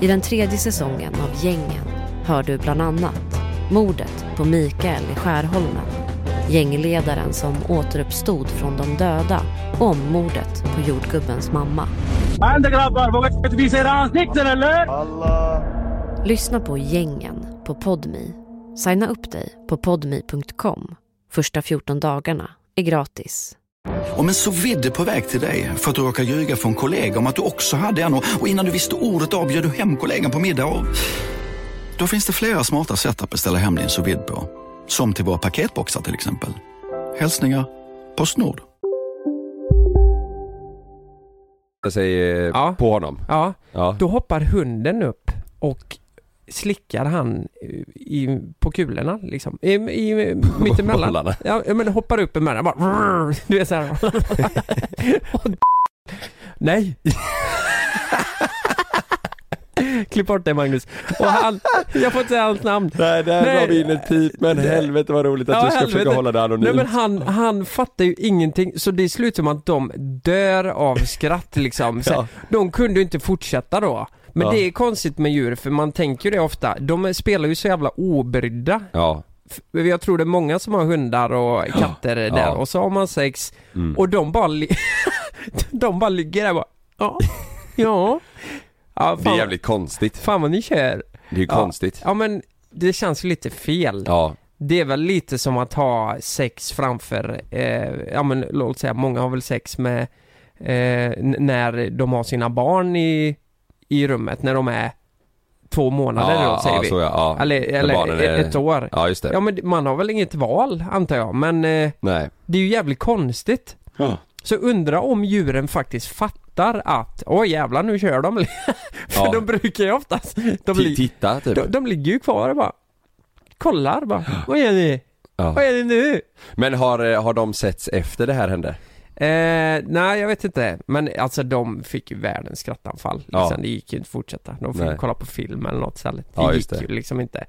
S7: I den tredje säsongen av Gängen hör du bland annat mordet på Mikael i Skärholmen, gängledaren som återuppstod från de döda och om mordet på jordgubbens mamma. Lyssna på Gängen på Podmi. Signa upp dig på podmi.com. Första 14 dagarna är gratis.
S6: Om en så vidde på väg till dig för att du råkar ljuga från en kollega om att du också hade en och och innan du visste ordet av bjöd du hem kollegan på middag och... Då finns det flera smarta sätt att beställa hem din sous vide på. Som till våra paketboxar till exempel. Hälsningar Postnord.
S5: sig eh,
S4: Ja.
S5: på honom.
S4: Ja,
S5: Ja.
S4: då hoppar hunden upp och slickar han eh, i, på kulorna liksom. I, i, mittemellan.
S5: Bollarna.
S4: Ja, ja, men hoppar upp emellan bara. "Vrrr", Du är så här. Och Nej. Klipp bort det Magnus. Och han, jag får inte säga hans namn.
S5: Nej, där var vi intimt, men helvete vad roligt att du ska försöka hålla det anonymt.
S4: Nej men han, han fattar ju ingenting, så det slutar med att de dör av skratt liksom. Så, här, De kunde ju inte fortsätta då. Men
S5: Ja.
S4: det är konstigt med djur, för man tänker ju det ofta. De spelar ju så jävla obrydda.
S5: Ja.
S4: F- Jag tror det är många som har hundar och katter där,
S5: Ja.
S4: och så har man sex,
S5: Mm.
S4: och de bara, li- de bara ligger där och bara, ja, ja. ja
S5: Det är
S4: fan-
S5: jävligt konstigt.
S4: Fan vad ni kör.
S5: Det är ju
S4: Ja.
S5: konstigt.
S4: Ja men det känns ju lite fel.
S5: Ja.
S4: Det är väl lite som att ha sex framför, eh, ja men låt säga, många har väl sex med eh, n- när de har sina barn i, i rummet, när de är två månader
S5: Ja,
S4: då, säger
S5: ja,
S4: vi.
S5: så ja, ja.
S4: Eller,
S5: När
S4: eller
S5: barnen är-
S4: ett år.
S5: Ja, just det.
S4: Ja men man har väl inget val antar jag, men eh,
S5: Nej.
S4: det är ju jävligt konstigt. Så undra om djuren faktiskt fattar att, åh jävlar nu kör de. För
S5: Ja.
S4: de brukar ju oftast, de,
S5: Ti-
S4: li-
S5: Titta typ.
S4: de, de ligger ju kvar och bara, kollar bara, vad är det?
S5: Ja.
S4: Vad är det nu?
S5: Men har, eh, har de setts efter det här hände?
S4: Eh, nej jag vet inte, men alltså de fick ju världens skrattanfall.
S5: Ja.
S4: Sen det gick ju inte att fortsätta. De fick
S5: Nej.
S4: kolla på film eller något istället. Det
S5: Ja, just
S4: gick
S5: det. Mm.
S4: ju liksom inte.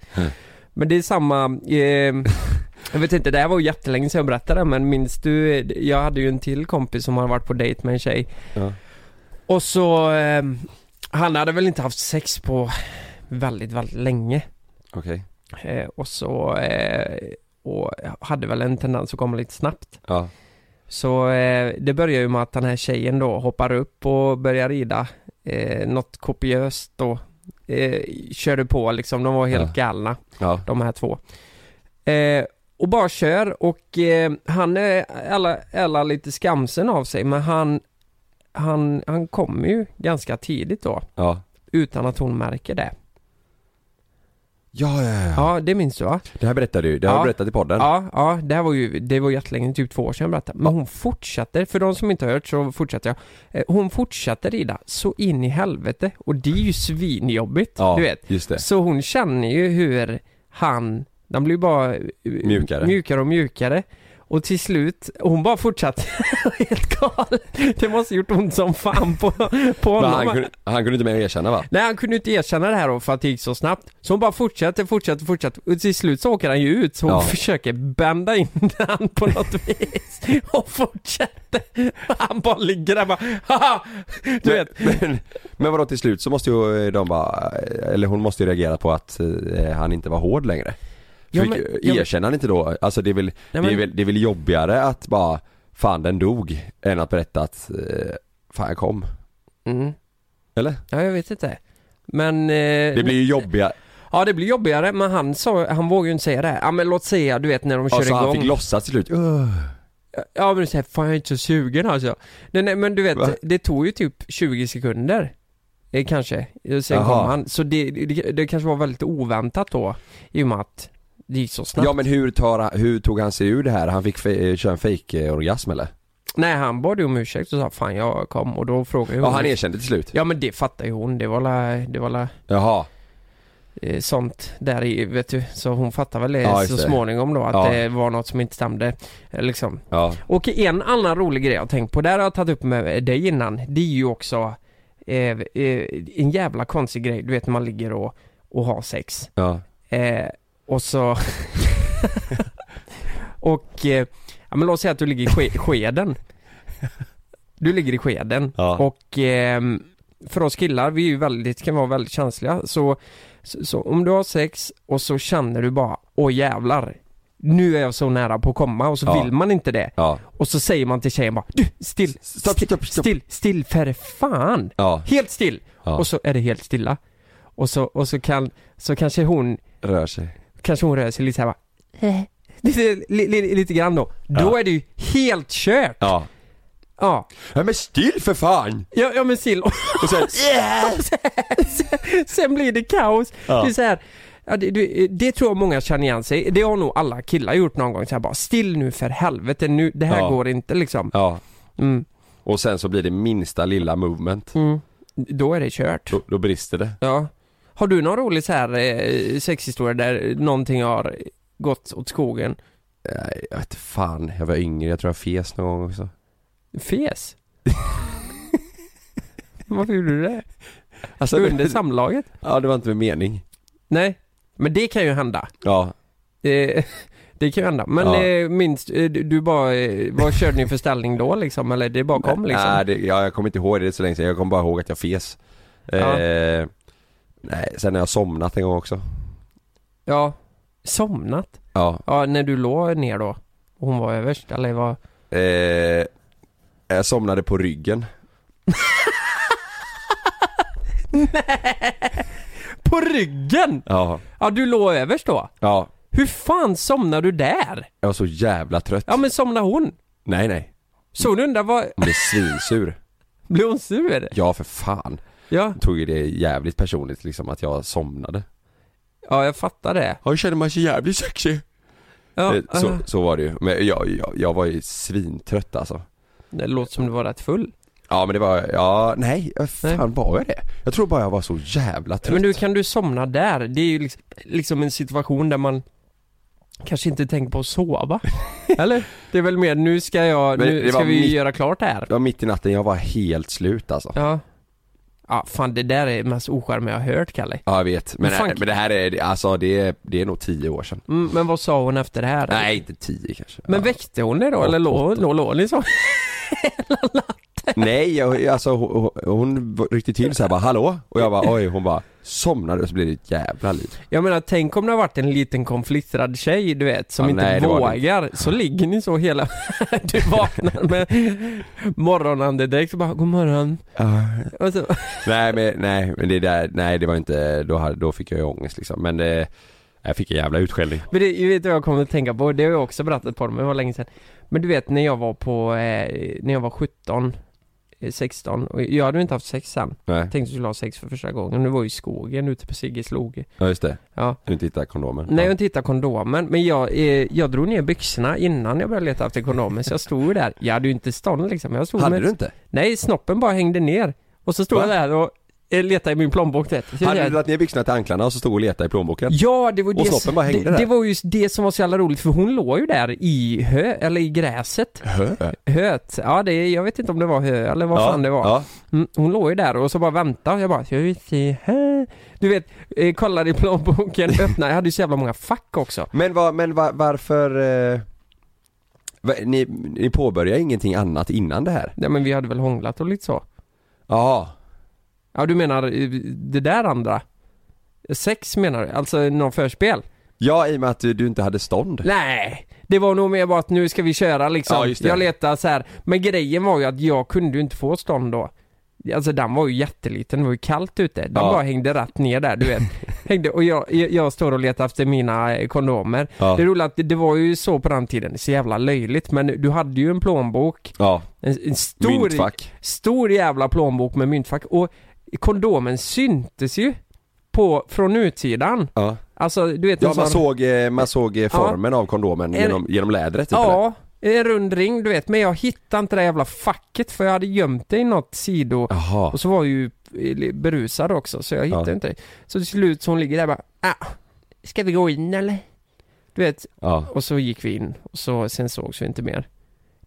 S4: Men det är samma, eh, jag vet inte, det här var ju jättelänge sedan jag berättade men minns du, eh, jag hade ju en till kompis som hade varit på dejt med en tjej.
S5: Ja.
S4: Och så, eh, han hade väl inte haft sex på väldigt, väldigt länge.
S5: Okej.
S4: Eh, och så, eh, och hade väl en tendens att komma lite snabbt.
S5: Ja.
S4: Så eh, det börjar ju med att den här tjejen då hoppar upp och börjar rida eh, något kopiöst då. Eh, körde på liksom, de var helt
S5: Ja.
S4: galna
S5: Ja.
S4: de här två. Eh, och bara kör och eh, han är alla, alla lite skamsen av sig men han, han, han kommer ju ganska tidigt då.
S5: Ja.
S4: Utan att hon märker det.
S5: Ja, ja, ja.
S4: Ja, det minns du va?
S5: Det här berättade du, det har
S4: Ja.
S5: du berättat i podden.
S4: Ja, ja, det här var ju, det var jättelänge, typ två år sedan jag berättade. Men hon fortsätter, för de som inte har hört så fortsätter jag. Eh, Hon fortsätter rida så in i helvete och det är ju svinjobbigt,
S5: Ja,
S4: du vet.
S5: just det.
S4: Så hon känner ju hur han, han blir ju bara eh,
S5: Mjukare.
S4: mjukare och mjukare. Och till slut, hon bara fortsatte helt galen. Det måste gjort ont som fan på, på
S5: Men
S4: honom.
S5: han, kunde, han kunde inte mer erkänna va?
S4: Nej han kunde inte erkänna det här då för att det gick så snabbt Så hon bara fortsätter, fortsätter, fortsätter och till slut så åker han ju ut så hon
S5: Ja.
S4: försöker bända in den på något vis och fortsätter Han bara ligger där bara Haha! Du vet
S5: Men, men vadå till slut så måste ju eh, de bara, eh, eller hon måste ju reagera på att eh, han inte var hård längre.
S4: Ja,
S5: För
S4: men- ja, men-
S5: erkänner han inte då, alltså det är, väl, det,
S4: men-
S5: är väl, det är väl jobbigare att bara, fan den dog, än att berätta att, eh, fan jag kom.
S4: mm.
S5: Eller?
S4: Ja jag vet inte Men eh,
S5: Det blir ju jobbigare,
S4: Ja det blir jobbigare men han sa, han vågar ju inte säga det här. Ja men låt säga du vet när de kör
S5: alltså
S4: igång
S5: han fick låtsas till slut. "Ugh."
S4: Ja men såhär, fan jag är inte så sugen alltså. Nej, nej men du vet,
S5: Va?
S4: det tog ju typ 20 sekunder. Eh, kanske. Eh, Sen
S5: Jaha.
S4: kom han. Så det, det, det kanske var väldigt oväntat då. I och med att det gick så snabbt.
S5: Ja men hur, tar, han- hur tog han sig ur det här? Han fick fe- eh, köra en fake orgasm eller?
S4: Nej han bad ju om ursäkt och sa fan jag kom och då frågade ju
S5: Ja
S4: hon.
S5: han erkände till slut.
S4: Ja men det fattar ju hon. Det var la, det var la,
S5: Jaha.
S4: eh, sånt där i, vet du. Så hon fattar väl det
S5: Ja, just
S4: så
S5: det.
S4: småningom då att
S5: Ja.
S4: det var något som inte stämde. eh, Liksom.
S5: Ja.
S4: Och en annan rolig grej jag har tänkt på, där har jag tagit upp med dig innan, det är ju också eh, eh, en jävla konstig grej, du vet när man ligger och, och har sex.
S5: Ja.
S4: Eh, och så... och, eh, ja men låt säga att du ligger i ske- skeden. Du ligger i skeden
S5: Ja.
S4: och ehm, för oss killar, vi är ju väldigt, kan vara väldigt känsliga. Så, så, så om du har sex och så känner du bara, åh jävlar, nu är jag så nära på att komma och så
S5: Ja.
S4: vill man inte det.
S5: Ja.
S4: Och så säger man till tjejen bara Du, still,
S5: Stopp,
S4: still,
S5: stopp, stopp.
S4: still, still för fan!
S5: Ja.
S4: Helt still!
S5: Ja.
S4: Och så är det helt stilla. Och så, och så kan, så kanske hon,
S5: Rör sig.
S4: kanske hon rör sig lite såhär bara "Äh." lite, li, li, lite grann då. Då är det ju helt kört!
S5: Ja.
S4: Ja.
S5: Ja men still för fan!
S4: Ja, ja men still.
S5: Och sen,
S4: Sen blir det kaos.
S5: Ja.
S4: Det är så här, ja, det, det, det tror jag många känner igen sig Det har nog alla killar gjort någon gång. Så här bara, still nu för helvete, nu, det här
S5: Ja.
S4: går inte liksom.
S5: ja.
S4: Mm.
S5: Och sen så blir det minsta lilla movement.
S4: Mm. Då är det kört.
S5: Då, då brister det.
S4: Ja. Har du någon rolig så här eh, sexhistoria där någonting har gått åt skogen?
S5: Nej, jag vet fan. Jag var yngre, jag tror jag fes någon gång också.
S4: Fes? Varför gjorde du det?
S5: Alltså,
S4: Under samlaget?
S5: Ja, det var inte med mening.
S4: Nej, men det kan ju hända.
S5: Ja.
S4: Eh, det kan ju hända. Men
S5: Ja.
S4: eh, minst, eh, du du bara, eh, vad körde ni för ställning då liksom? Eller det bara kom liksom?
S5: Nej, det, ja, jag kommer inte ihåg det, det är så länge sedan. Jag kommer bara ihåg att jag fes.
S4: Ja.
S5: Eh, nej, sen har jag somnat en gång också.
S4: Ja, somnat?
S5: Ja.
S4: Ja, när du låg ner då? Och hon var överst, eller vad?
S5: Eh, jag somnade på ryggen.
S4: På ryggen?
S5: Ja.
S4: Ja, du låg överst då?
S5: Ja.
S4: Hur fan somnade du där?
S5: Jag var så jävla trött.
S4: Ja men somnade hon?
S5: Nej, nej.
S4: Så hon undrar vad,
S5: Jag blev svinsur.
S4: blev hon sur?
S5: Ja, för fan.
S4: Ja.
S5: Jag tog ju det jävligt personligt liksom att jag somnade.
S4: Ja, jag fattar det.
S5: Ja, känner man sig jävligt sexig.
S4: Ja,
S5: Eh, Så,
S4: eh,
S5: så var det ju. Men jag, jag, jag var ju svintrött alltså.
S4: det låter som du var rätt full.
S5: Ja men det var, ja, nej, eh, fan var jag det? Jag tror bara jag var så jävla trött.
S4: Men du, kan du somna där? Det är ju liksom, liksom en situation där man kanske inte tänker på att sova. Eller? Det är väl mer, nu ska jag,
S5: Men
S4: nu
S5: det
S4: ska
S5: var
S4: vi
S5: mitt-
S4: göra klart det här.
S5: Det var mitt i natten, jag var helt slut alltså.
S4: Ja. Ja, fan det där är det mest ocharmiga jag har hört, Kalle.
S5: Ja jag vet, men, eh,
S4: Men fan-
S5: men det här är, alltså det är, det är nog tio år sedan.
S4: Mm, men vad sa hon efter det här?
S5: Nej inte tio kanske.
S4: Men väckte hon dig då, eller låg lå, lå, ni så?
S5: Nej jag, alltså hon, hon ryckte till så här bara hallå? Och jag bara oj, hon bara somnade och så blev det ett jävla liv.
S4: Jag menar, tänk om det har varit en liten konfliktrad tjej, du vet, som
S5: Ja,
S4: inte
S5: nej, det var det
S4: vågar. Så ligger ni så hela... du vaknar med morgonandedräkt och bara god morgon. Och så...
S5: Nej men, nej men det där, nej det var inte, då, hade, då fick jag ju ångest liksom. Men eh, jag fick en jävla utskällning.
S4: Men det, vet du vad jag kommer att tänka på? Det har jag också berättat på dem, men det var länge sedan. Men du vet när jag var på, eh, när jag var 17, eh, 16, och jag hade ju inte haft sex sen.
S5: Nej.
S4: Tänkte att jag skulle ha sex för första gången, nu var jag i skogen ute på Sigges loge.
S5: Ja just det.
S4: Ja.
S5: Du inte hittade kondomen.
S4: Nej jag har inte hittat kondomen, men jag, eh, jag drog ner byxorna innan jag började leta efter kondomen, så jag stod ju där. Jag hade ju inte stånd liksom. Jag stod
S5: Hade
S4: med...
S5: du inte?
S4: Nej, snoppen bara hängde ner. Och så stod
S5: Va?
S4: jag där och eh, letade i min plånbok du vet. Så
S5: Hade
S4: jag-
S5: du dragit ner byxorna till anklarna och så stod och letade i plånboken?
S4: Ja, det var
S5: Och
S4: det,
S5: snoppen bara hängde
S4: det,
S5: där?
S4: det var ju det som var så jävla roligt för hon låg ju där i hö, eller i gräset.
S5: Hö?
S4: Höet. Ja, det, jag vet inte om det var hö eller vad
S5: Ja,
S4: fan det var.
S5: ja.
S4: Mm, hon låg ju där och så bara väntade. Jag bara, jag vill se här. Du vet, eh, kollade i plånboken, öppnade. Jag hade ju så jävla många fack också.
S5: Men, vad- men va- varför... Eh, va, ni, ni påbörjar ingenting annat innan det här?
S4: Nej men vi hade väl hånglat och lite så.
S5: Ja.
S4: Ja, du menar eh, det där andra? Sex menar du? Alltså någon förspel?
S5: Ja, i och med att du, du inte hade stånd.
S4: Nej, det var nog mer bara att nu ska vi köra liksom.
S5: Ja, just det.
S4: Jag letade så här. Men grejen var ju att jag kunde ju inte få stånd då. Alltså den var ju jätteliten, det var ju kallt ute. Den
S5: Ja.
S4: bara hängde rätt ner där, du vet. hängde, och jag, jag jag står och letar efter mina eh, kondomer.
S5: Ja.
S4: Det roliga är att det- det var ju så på den tiden, så jävla löjligt. Men du hade ju en plånbok.
S5: Ja.
S4: En, en stor,
S5: Myntfack.
S4: stor jävla plånbok med myntfack. Och kondomen syntes ju på, från utsidan.
S5: Ja.
S4: Alltså du vet
S5: Ja,
S4: en
S5: man
S4: sån-
S5: såg, eh, man såg eh, formen av kondomen
S4: En-
S5: genom, genom lädret typ, eller?
S4: Ja, en rund ring du vet. Men jag hittade inte det där jävla facket för jag hade gömt det i något sido.
S5: Jaha.
S4: Och så var jag ju eh, berusad också så jag hittade
S5: Ja.
S4: inte det. Så till slut så hon ligger där bara ah, ska vi gå in eller? Du vet.
S5: Ja.
S4: Och så gick vi in och så, sen sågs vi inte mer.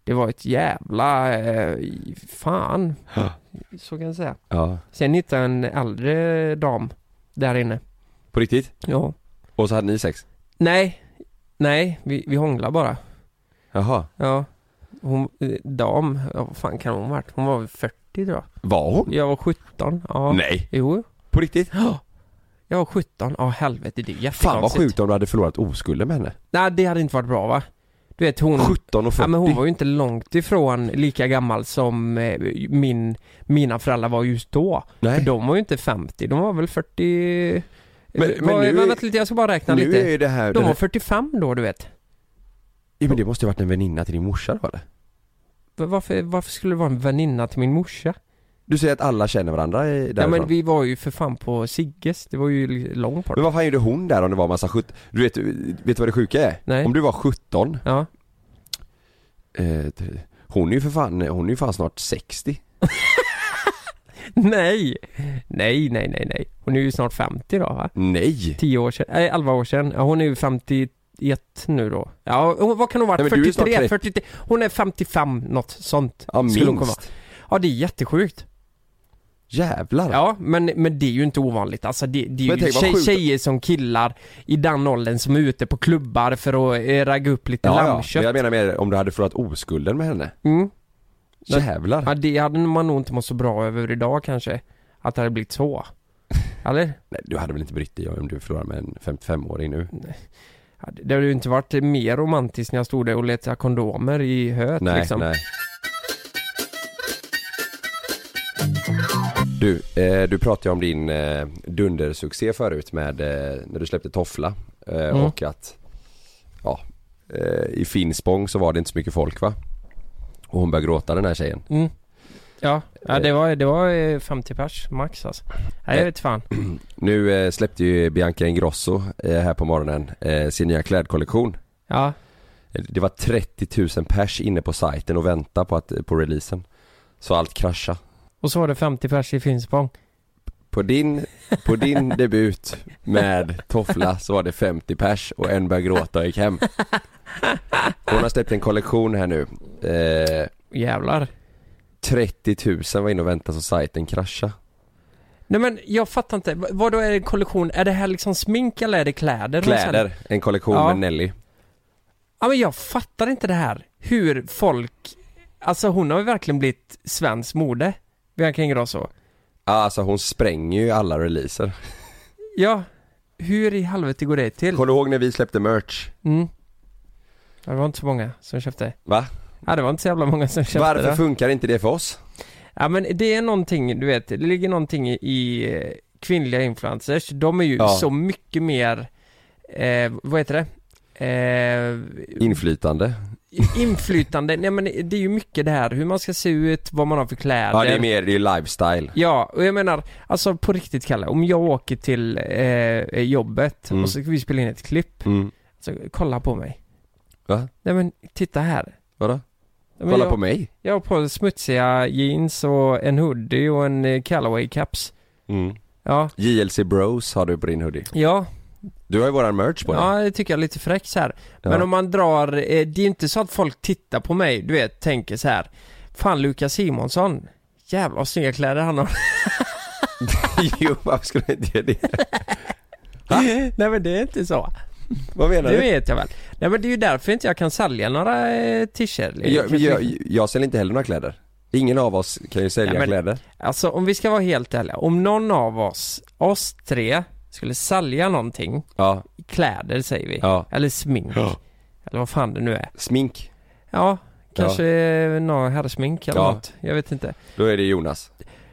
S4: Det var ett jävla eh, fan. Så kan jag säga.
S5: Ja.
S4: Sen hittade jag en äldre dam där inne.
S5: På riktigt?
S4: Ja.
S5: Och så hade ni sex?
S4: Nej, nej, vi, vi hånglade bara.
S5: Jaha.
S4: Ja. Hon, eh, dam, ja, vad fan kan hon ha varit? Hon var väl 40 tror jag.
S5: Var hon?
S4: Jag var 17. Ja.
S5: Nej.
S4: Jo.
S5: På riktigt?
S4: Ja. Jag var 17. Ja, helvete det är jättekonstigt.
S5: Fan vad sjukt om du hade förlorat oskulden med henne.
S4: Nej, det hade inte varit bra va? Du vet hon...
S5: 17 och 40.
S4: Mm. Ja, men hon var ju inte långt ifrån lika gammal som eh, min, mina föräldrar var just då.
S5: Nej.
S4: För de var ju inte 50, de var väl 40...
S5: Men-
S4: Eh,
S5: men
S4: vad-
S5: nu-
S4: men vänta lite, jag ska bara räkna
S5: nu
S4: lite.
S5: är ju det här-
S4: de
S5: det
S4: var
S5: här-
S4: 45 då, du vet.
S5: Ja, men det måste ju varit en väninna till din morsa då eller?
S4: Va- Varför, varför skulle det vara en väninna till min morsa?
S5: Du säger att alla känner varandra i-
S4: Ja
S5: därifrån?
S4: men vi var ju för fan på Sigges, det var ju li- långt bort.
S5: Men vad fan gjorde hon där om det var massa 17? Du vet, vet du vad det sjuka är?
S4: Nej.
S5: Om du var 17
S4: Ja.
S5: eh, Hon är ju för fan, hon är ju fan snart 60
S4: Nej! Nej, nej, nej, nej. Hon är ju snart 50 då va?
S5: Nej!
S4: 10 år sedan, nej 11 år sedan. Ja, hon är ju 51 nu då. Ja, hon, vad kan hon ha
S5: Nej,
S4: varit?
S5: men du är snart
S4: 43,
S5: 30.
S4: 43? Hon är 55, något sånt.
S5: Ja,
S4: skulle hon
S5: minst.
S4: komma. Ja, det är jättesjukt.
S5: Jävlar!
S4: Ja, men, men det är ju inte ovanligt. Alltså det, det är
S5: Men
S4: ju
S5: tänk vad
S4: tjej,
S5: sjukt.
S4: tjejer som killar i den åldern som är ute på klubbar för att eh, ragga upp lite
S5: Ja, ja.
S4: lammkött.
S5: Men jag menar mer om du hade förlorat oskulden med henne.
S4: Mm.
S5: Jävlar.
S4: Ja, det hade man nog inte mått så bra över idag kanske. Att det hade blivit så. Eller?
S5: Nej, du hade väl inte brytt dig om du förlorar med en 55-åring nu? Nej.
S4: Ja, det- Det hade ju inte varit mer romantiskt när jag stod där och letade kondomer i höet
S5: Nej,
S4: liksom.
S5: nej. Du, eh, du pratade ju om din eh, dundersuccé förut med eh, när du släppte Toffla eh,
S4: Mm.
S5: och att ja, eh, i Finspång så var det inte så mycket folk va? Och hon började gråta den här tjejen.
S4: Mm. Ja, ja det, var, det var eh, 50 pers max alltså. Nej,
S5: Eh.
S4: jag vet fan.
S5: Nu eh, släppte ju Bianca Ingrosso eh, här på morgonen eh, sin nya klädkollektion. Eh,
S4: Ja.
S5: Det var 30 000 pers inne på sajten och väntade på, att, eh, på releasen. Så allt kraschade.
S4: Och så var det 50 pers i Finspång.
S5: På din, på din debut med Toffla så var det 50 pers och en började gråta och gick hem. Hon har släppt en kollektion här nu. Eh,
S4: Jävlar.
S5: 30 000 var inne och väntade så sajten kraschade.
S4: Nej men jag fattar inte. V- Vad då är det en kollektion? Är det här liksom smink eller är det kläder?
S5: Kläder, en kollektion
S4: Ja.
S5: med Nelly.
S4: Ja men jag fattar inte det här. Hur folk... Alltså hon har ju verkligen blivit svensk mode. Bianca Ingrosso.
S5: Ja, Alltså hon spränger ju alla releaser.
S4: Ja. Hur i helvete går det till?
S5: Kommer du ihåg när vi släppte merch?
S4: Mm. Ja, Det var inte så många som köpte.
S5: Va?
S4: Ja, det var inte så jävla många som köpte
S5: Varför
S4: det.
S5: funkar inte det för oss?
S4: Ja men det är någonting, du vet, det ligger någonting i eh, kvinnliga influencers. De är ju
S5: Ja.
S4: så mycket mer, eh, vad heter det? Eh,
S5: Inflytande?
S4: inflytande, nej men det är ju mycket det här hur man ska se ut, vad man har för kläder.
S5: Ja det är mer, det är lifestyle.
S4: Ja, och jag menar, alltså på riktigt Kalle, om jag åker till eh, jobbet
S5: Mm.
S4: och så ska vi spela in ett klipp,
S5: Mm.
S4: så kolla på mig.
S5: Va?
S4: Nej men titta här.
S5: Vadå?
S4: Ja, men
S5: Kolla
S4: jag-
S5: på mig?
S4: Jag har på smutsiga jeans och en hoodie och en eh, Callaway caps.
S5: Mm.
S4: Ja.
S5: JLC Bros har du på din hoodie.
S4: Ja,
S5: Du har ju våran merch på dig.
S4: ja det tycker jag är lite fräck så här.
S5: Ja.
S4: Men om man drar, eh, det är inte så att folk tittar på mig, du vet, tänker så här. Fan Lukas Simonsson, jävlar vad snygga kläder han har.
S5: jo, varför skulle jag inte göra det?
S4: Nej men det är inte så.
S5: Vad menar
S4: det
S5: du?
S4: vet jag väl. Nej men det är ju därför inte jag kan sälja några eh, t-shirts.
S5: Jag, men jag, jag säljer inte heller några kläder. Ingen av oss kan ju sälja
S4: Ja, men-
S5: kläder.
S4: Alltså om vi ska vara helt ärliga, om någon av oss, oss tre, skulle sälja någonting,
S5: Ja,
S4: kläder säger vi,
S5: Ja.
S4: eller smink,
S5: Ja.
S4: eller vad fan det nu är.
S5: smink.
S4: Ja, kanske ja. någon herrsmink eller
S5: Ja.
S4: något, jag vet inte.
S5: Då är det Jonas.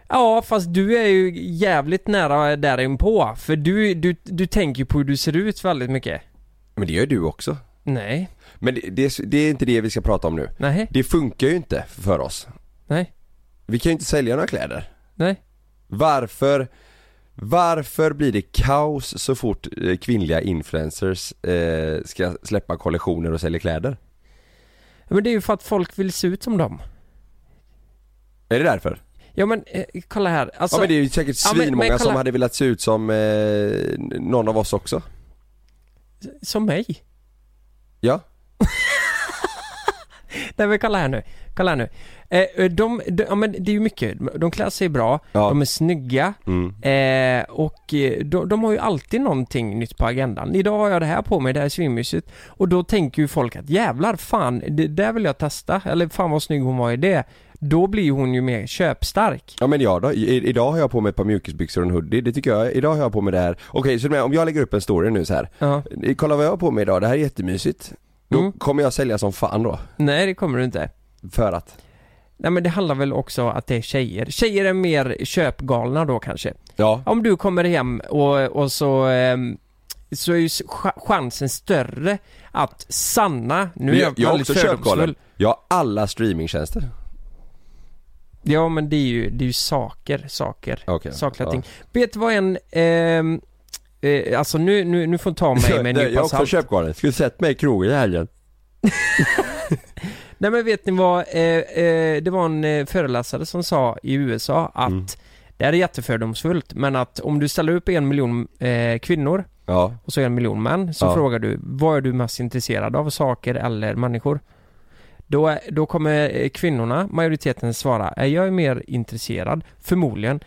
S4: Ja, fast du är ju jävligt nära där inpå, för du, du, du tänker ju på hur du ser ut väldigt mycket.
S5: Men det gör du också.
S4: Nej,
S5: Men det, det, är- det är inte det vi ska prata om nu.
S4: nej,
S5: Det funkar ju inte för oss.
S4: nej,
S5: Vi kan ju inte sälja några kläder.
S4: nej.
S5: Varför, varför blir det kaos så fort eh, kvinnliga influencers eh, ska släppa kollektioner och sälja kläder?
S4: Men det är ju för att folk vill se ut som dem.
S5: Är det därför?
S4: Ja men eh, kolla här, alltså,
S5: ja men det är ju säkert
S4: ja, men-
S5: svinmånga
S4: men kolla-
S5: som hade velat se ut som eh, någon av oss också.
S4: som mig.
S5: Ja.
S4: Nej men kolla här nu, kolla här nu. Eh, de, de, ja men det är ju mycket, de klär sig bra,
S5: Ja.
S4: de är snygga
S5: Mm.
S4: eh, och eh, de, de har ju alltid någonting nytt på agendan. Idag har jag det här på mig, det här är svinmysigt. Och då tänker ju folk att jävlar fan, det där vill jag testa, eller fan vad snygg hon var i det. Då blir hon ju mer köpstark.
S5: Ja men jag då, I, idag har jag på mig ett par mjukisbyxor och en hoodie, det tycker jag, idag har jag på mig det här Okej, så med, om jag lägger upp en story nu så här.
S4: Ja.
S5: "Ni, kolla vad jag har på mig idag, det här är jättemysigt Då
S4: Mm.
S5: kommer jag sälja som fan då,
S4: Nej det kommer du inte.
S5: för att
S4: Nej men det handlar väl också att det är tjejer. Tjejer är mer köpgalna då kanske.
S5: Ja,
S4: Om du kommer hem och, och så, ehm, så är ju s- ch- chansen större att Sanna, nu
S5: Men
S4: är jag,
S5: jag är
S4: väldigt
S5: också köpgalen
S4: fördomsfull.
S5: Jag har alla streamingtjänster
S4: Ja men det är ju, det är ju saker, saker,
S5: Okej,
S4: sakliga
S5: ja.
S4: ting. Vet du vad en, ehm, eh, alltså nu, nu, nu får du ta mig med en
S5: Jag är
S4: nypa
S5: också
S4: salt.
S5: köpgalen, skulle sett mig i krogen i helgen Mm.
S4: Nej men vet ni vad, eh, eh, det var en eh, föreläsare som sa i USA att Det här är jättefördomsfullt, men att om du ställer upp en miljon eh, kvinnor
S5: Ja.
S4: och så en miljon män, så
S5: Ja.
S4: frågar du vad är du mest intresserad av, saker eller människor? Då, då kommer eh, kvinnorna, majoriteten, svara "Eh, jag är mer intresserad, förmodligen,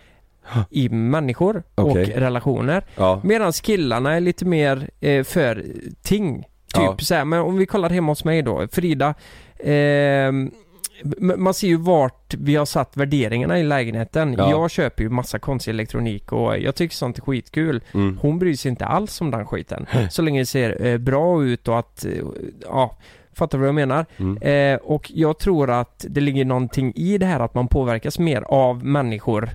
S4: i människor
S5: Okej.
S4: och relationer.
S5: Ja.
S4: Medan killarna är lite mer eh, för ting. Typ
S5: Ja.
S4: så här, men om vi kollar hemma hos mig då, Frida ehm, m- man ser ju vart vi har satt värderingarna i lägenheten.
S5: Ja.
S4: Jag köper ju massa konstig elektronik och jag tycker sånt är skitkul.
S5: Mm.
S4: Hon bryr sig inte alls om den skiten. Så länge det ser eh, bra ut och att, eh, ja, fattar vad jag menar?
S5: Mm.
S4: Eh, och jag tror att det ligger någonting i det här att man påverkas mer av människor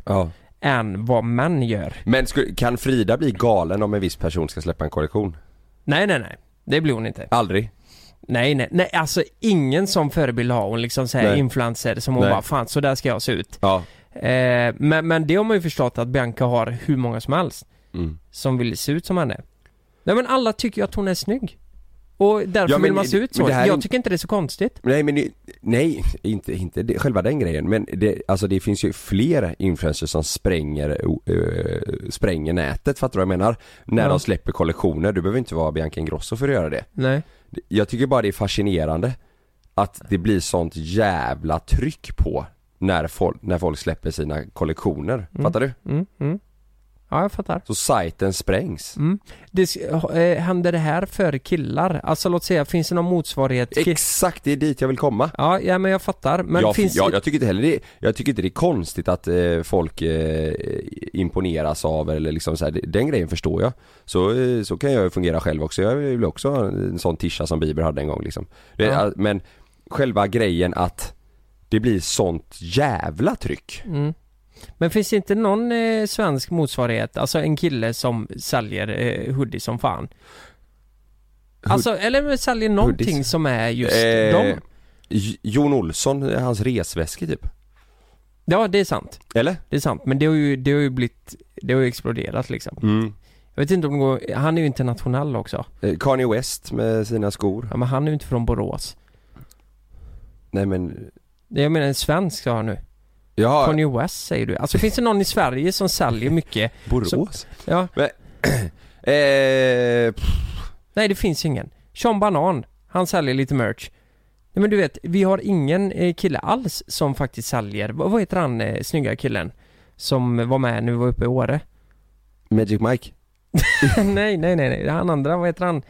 S4: än vad män gör.
S5: Men sku- kan Frida bli galen om en viss person ska släppa en kollektion?
S4: Nej, nej, nej. Det blir hon inte.
S5: Aldrig?
S4: Nej, nej, nej, alltså ingen som förebild har hon liksom såhär
S5: Nej.
S4: influencer som hon
S5: Nej.
S4: bara, fan så där ska jag se ut.
S5: Ja.
S4: Eh, men, men det har man ju förstått att Bianca har hur många som helst
S5: Mm.
S4: som vill se ut som henne. Nej men alla tycker ju att hon är snygg. Och därför
S5: Ja, men
S4: vill man
S5: det-
S4: se ut
S5: men
S4: så.
S5: det här är
S4: Jag
S5: inte-
S4: tycker inte det är så konstigt.
S5: Nej men det- nej, inte, inte det, själva den grejen men det, alltså det finns ju fler influencers som spränger, eh, spränger nätet, fattar du vad jag menar? När
S4: Ja.
S5: de släpper kollektioner, du behöver inte vara Bianca Ingrosso för att göra det
S4: Nej.
S5: Jag tycker bara det är fascinerande att det blir sånt jävla tryck på när folk, när folk släpper sina kollektioner, fattar du?
S4: Mm, mm. Ja, jag fattar.
S5: Så sajten sprängs
S4: Mm. Det, s- eh, händer det här för killar? Alltså låt säga, finns det någon motsvarighet?
S5: Exakt, det är dit jag vill komma.
S4: Ja, ja men jag fattar. Men
S5: jag,
S4: finns
S5: jag, jag tycker inte heller det, jag tycker inte det är konstigt att eh, folk eh, imponeras av eller liksom så här, det- den grejen förstår jag. Så, eh, så kan jag ju fungera själv också, jag vill också ha en sån tisha som Bieber hade en gång liksom. Det,
S4: Ja.
S5: eh, Men själva grejen att det blir sånt jävla tryck.
S4: Mm. Men finns det inte någon eh, svensk motsvarighet, alltså en kille som säljer eh, hoodies som fan? Alltså, eller säljer någonting
S5: hoodies.
S4: som är just
S5: Eh,
S4: dem?
S5: J- Jon Olsson, eh, hans resväskor typ.
S4: Ja, det är sant.
S5: Eller?
S4: Det är sant, men det har ju, det har ju blivit, det har ju exploderat liksom.
S5: Mm.
S4: Jag vet inte om det går, han är ju internationell också.
S5: Eh, Kanye West med sina skor.
S4: Ja, men han är ju inte från Borås.
S5: Nej men,
S4: Nej, Jag menar en svensk sa jag nu.
S5: jaha.
S4: Kanye West säger du. Alltså finns det någon i Sverige som säljer mycket?
S5: Borås?
S4: Som, ja.
S5: Men, eh, pff,
S4: Nej det finns ingen. Sean Banan, han säljer lite merch. Nej men du vet, vi har ingen eh, kille alls som faktiskt säljer, vad, vad heter han eh, snygga killen? Som var med nu var uppe i Åre.
S5: Magic Mike.
S4: nej, nej, nej, nej, han andra, vad heter han?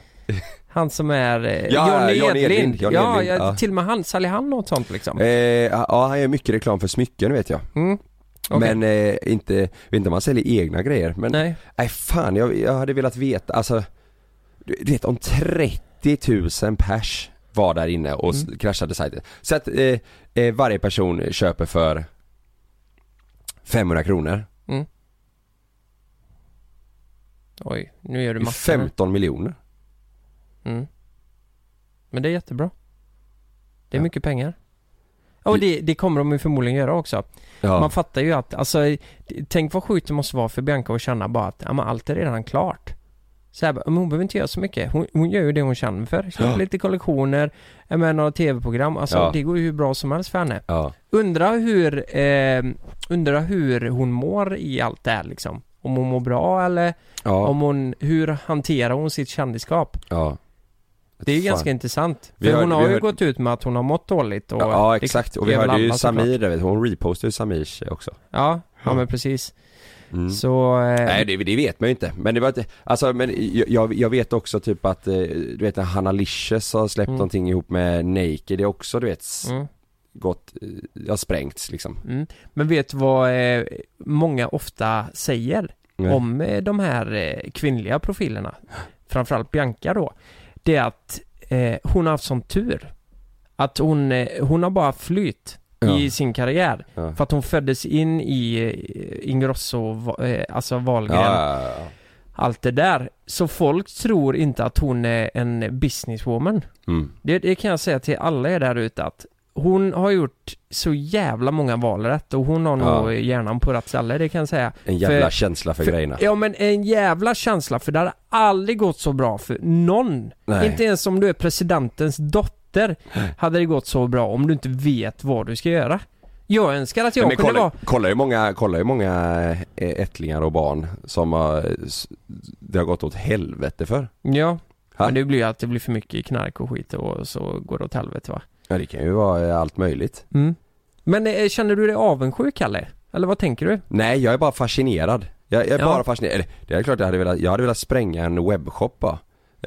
S4: Han som är... Eh,
S5: Ja,
S4: Johnny
S5: Johnny
S4: Edlind.
S5: Edlind, Johnny
S4: ja,
S5: Edlind,
S4: ja,
S5: ja.
S4: till och med han, säljer han något sånt liksom?
S5: Eh, ja, han gör mycket reklam för smycken vet jag.
S4: Mm. okej.
S5: Men eh, inte, vet inte om han säljer egna grejer. Men
S4: Nej.
S5: nej, fan jag, jag hade velat veta, alltså. Du, du vet om 30 000 pers var där inne och s-
S4: Mm.
S5: kraschade sajten. Så att eh, eh, varje person köper för 500 kronor.
S4: Mm. Oj, nu gör du massor.
S5: 15 miljoner.
S4: Mm. Men det är jättebra. Det är mycket pengar. Ja, Och det, det kommer de ju förmodligen göra också.
S5: Ja.
S4: Man fattar ju att, alltså, det- tänk vad sjukt det måste vara för Bianca att känna bara att, ja men allt är redan klart. Så här, bara, men hon behöver inte göra så mycket. Hon, hon gör ju det hon känner för. Köper
S5: Ja.
S4: lite kollektioner, är med i några tv-program. Alltså
S5: Ja.
S4: det går ju hur bra som helst för henne.
S5: Ja.
S4: Undra hur, eh, undra hur hon mår i allt det här liksom. Om hon mår bra eller
S5: Ja.
S4: om hon, hur hanterar hon sitt kändisskap?
S5: ja.
S4: Det är ju
S5: Fan.
S4: ganska intressant. För
S5: Vi hörde-
S4: hon har
S5: vi
S4: ju
S5: hörde-
S4: gått ut med att hon har mått dåligt och...
S5: Ja, ja
S4: det-
S5: exakt, och
S4: det
S5: vi
S4: är väl
S5: hörde ju
S4: alla såklart.
S5: Samir där vet du. hon repostade ju Samirs också
S4: Ja, ja men precis.
S5: Mm.
S4: Så... Eh,
S5: Nej det, det vet man ju inte, men det var inte, alltså men jag- jag, jag vet också typ att, eh, du vet när Hanna Licious har släppt
S4: Mm.
S5: någonting ihop med Naked, det är också du vet s-
S4: Mm.
S5: gått, eh, ja sprängts liksom
S4: Mm. Men vet du vad eh, många ofta säger
S5: Nej.
S4: om eh, de här eh, kvinnliga profilerna? Framförallt Bianca då. Det är att eh, hon har haft sån tur. Att hon, eh, hon har bara flytt i
S5: Ja.
S4: sin karriär.
S5: Ja.
S4: För att hon föddes in i eh, Ingrosso, va- eh, alltså Wahlgren.
S5: Ja, ja, ja.
S4: allt det där. Så folk tror inte att hon är en businesswoman.
S5: Mm.
S4: Det, det kan jag säga till alla er där ute att hon har gjort så jävla många val rätt och hon har
S5: Ja.
S4: nog hjärnan på rätt ställe, det kan jag säga.
S5: En jävla
S4: För-
S5: känsla för, grejerna
S4: Ja men en jävla känsla för det har aldrig gått så bra för någon.
S5: Nej.
S4: Inte ens om du är presidentens dotter hade det gått så bra om du inte vet vad du ska göra. Jag önskar att jag
S5: Nej, men
S4: kunde
S5: kolla,
S4: vara...
S5: kolla hur många, kolla hur många eh, ättlingar och barn som har, s- det har gått åt helvete för.
S4: Ja.
S5: Ha?
S4: Men det blir ju att det blir för mycket knark och skit och så går det åt helvete va?
S5: Ja det kan ju vara eh, allt möjligt.
S4: Mm. Men eh, känner du dig avundsjuk Kalle? Eller vad tänker du?
S5: Nej jag är bara fascinerad. Jag, jag är
S4: Ja.
S5: bara fascinerad. Eller, Det är klart jag hade velat, jag hade velat spränga en webbshop bara. Eh,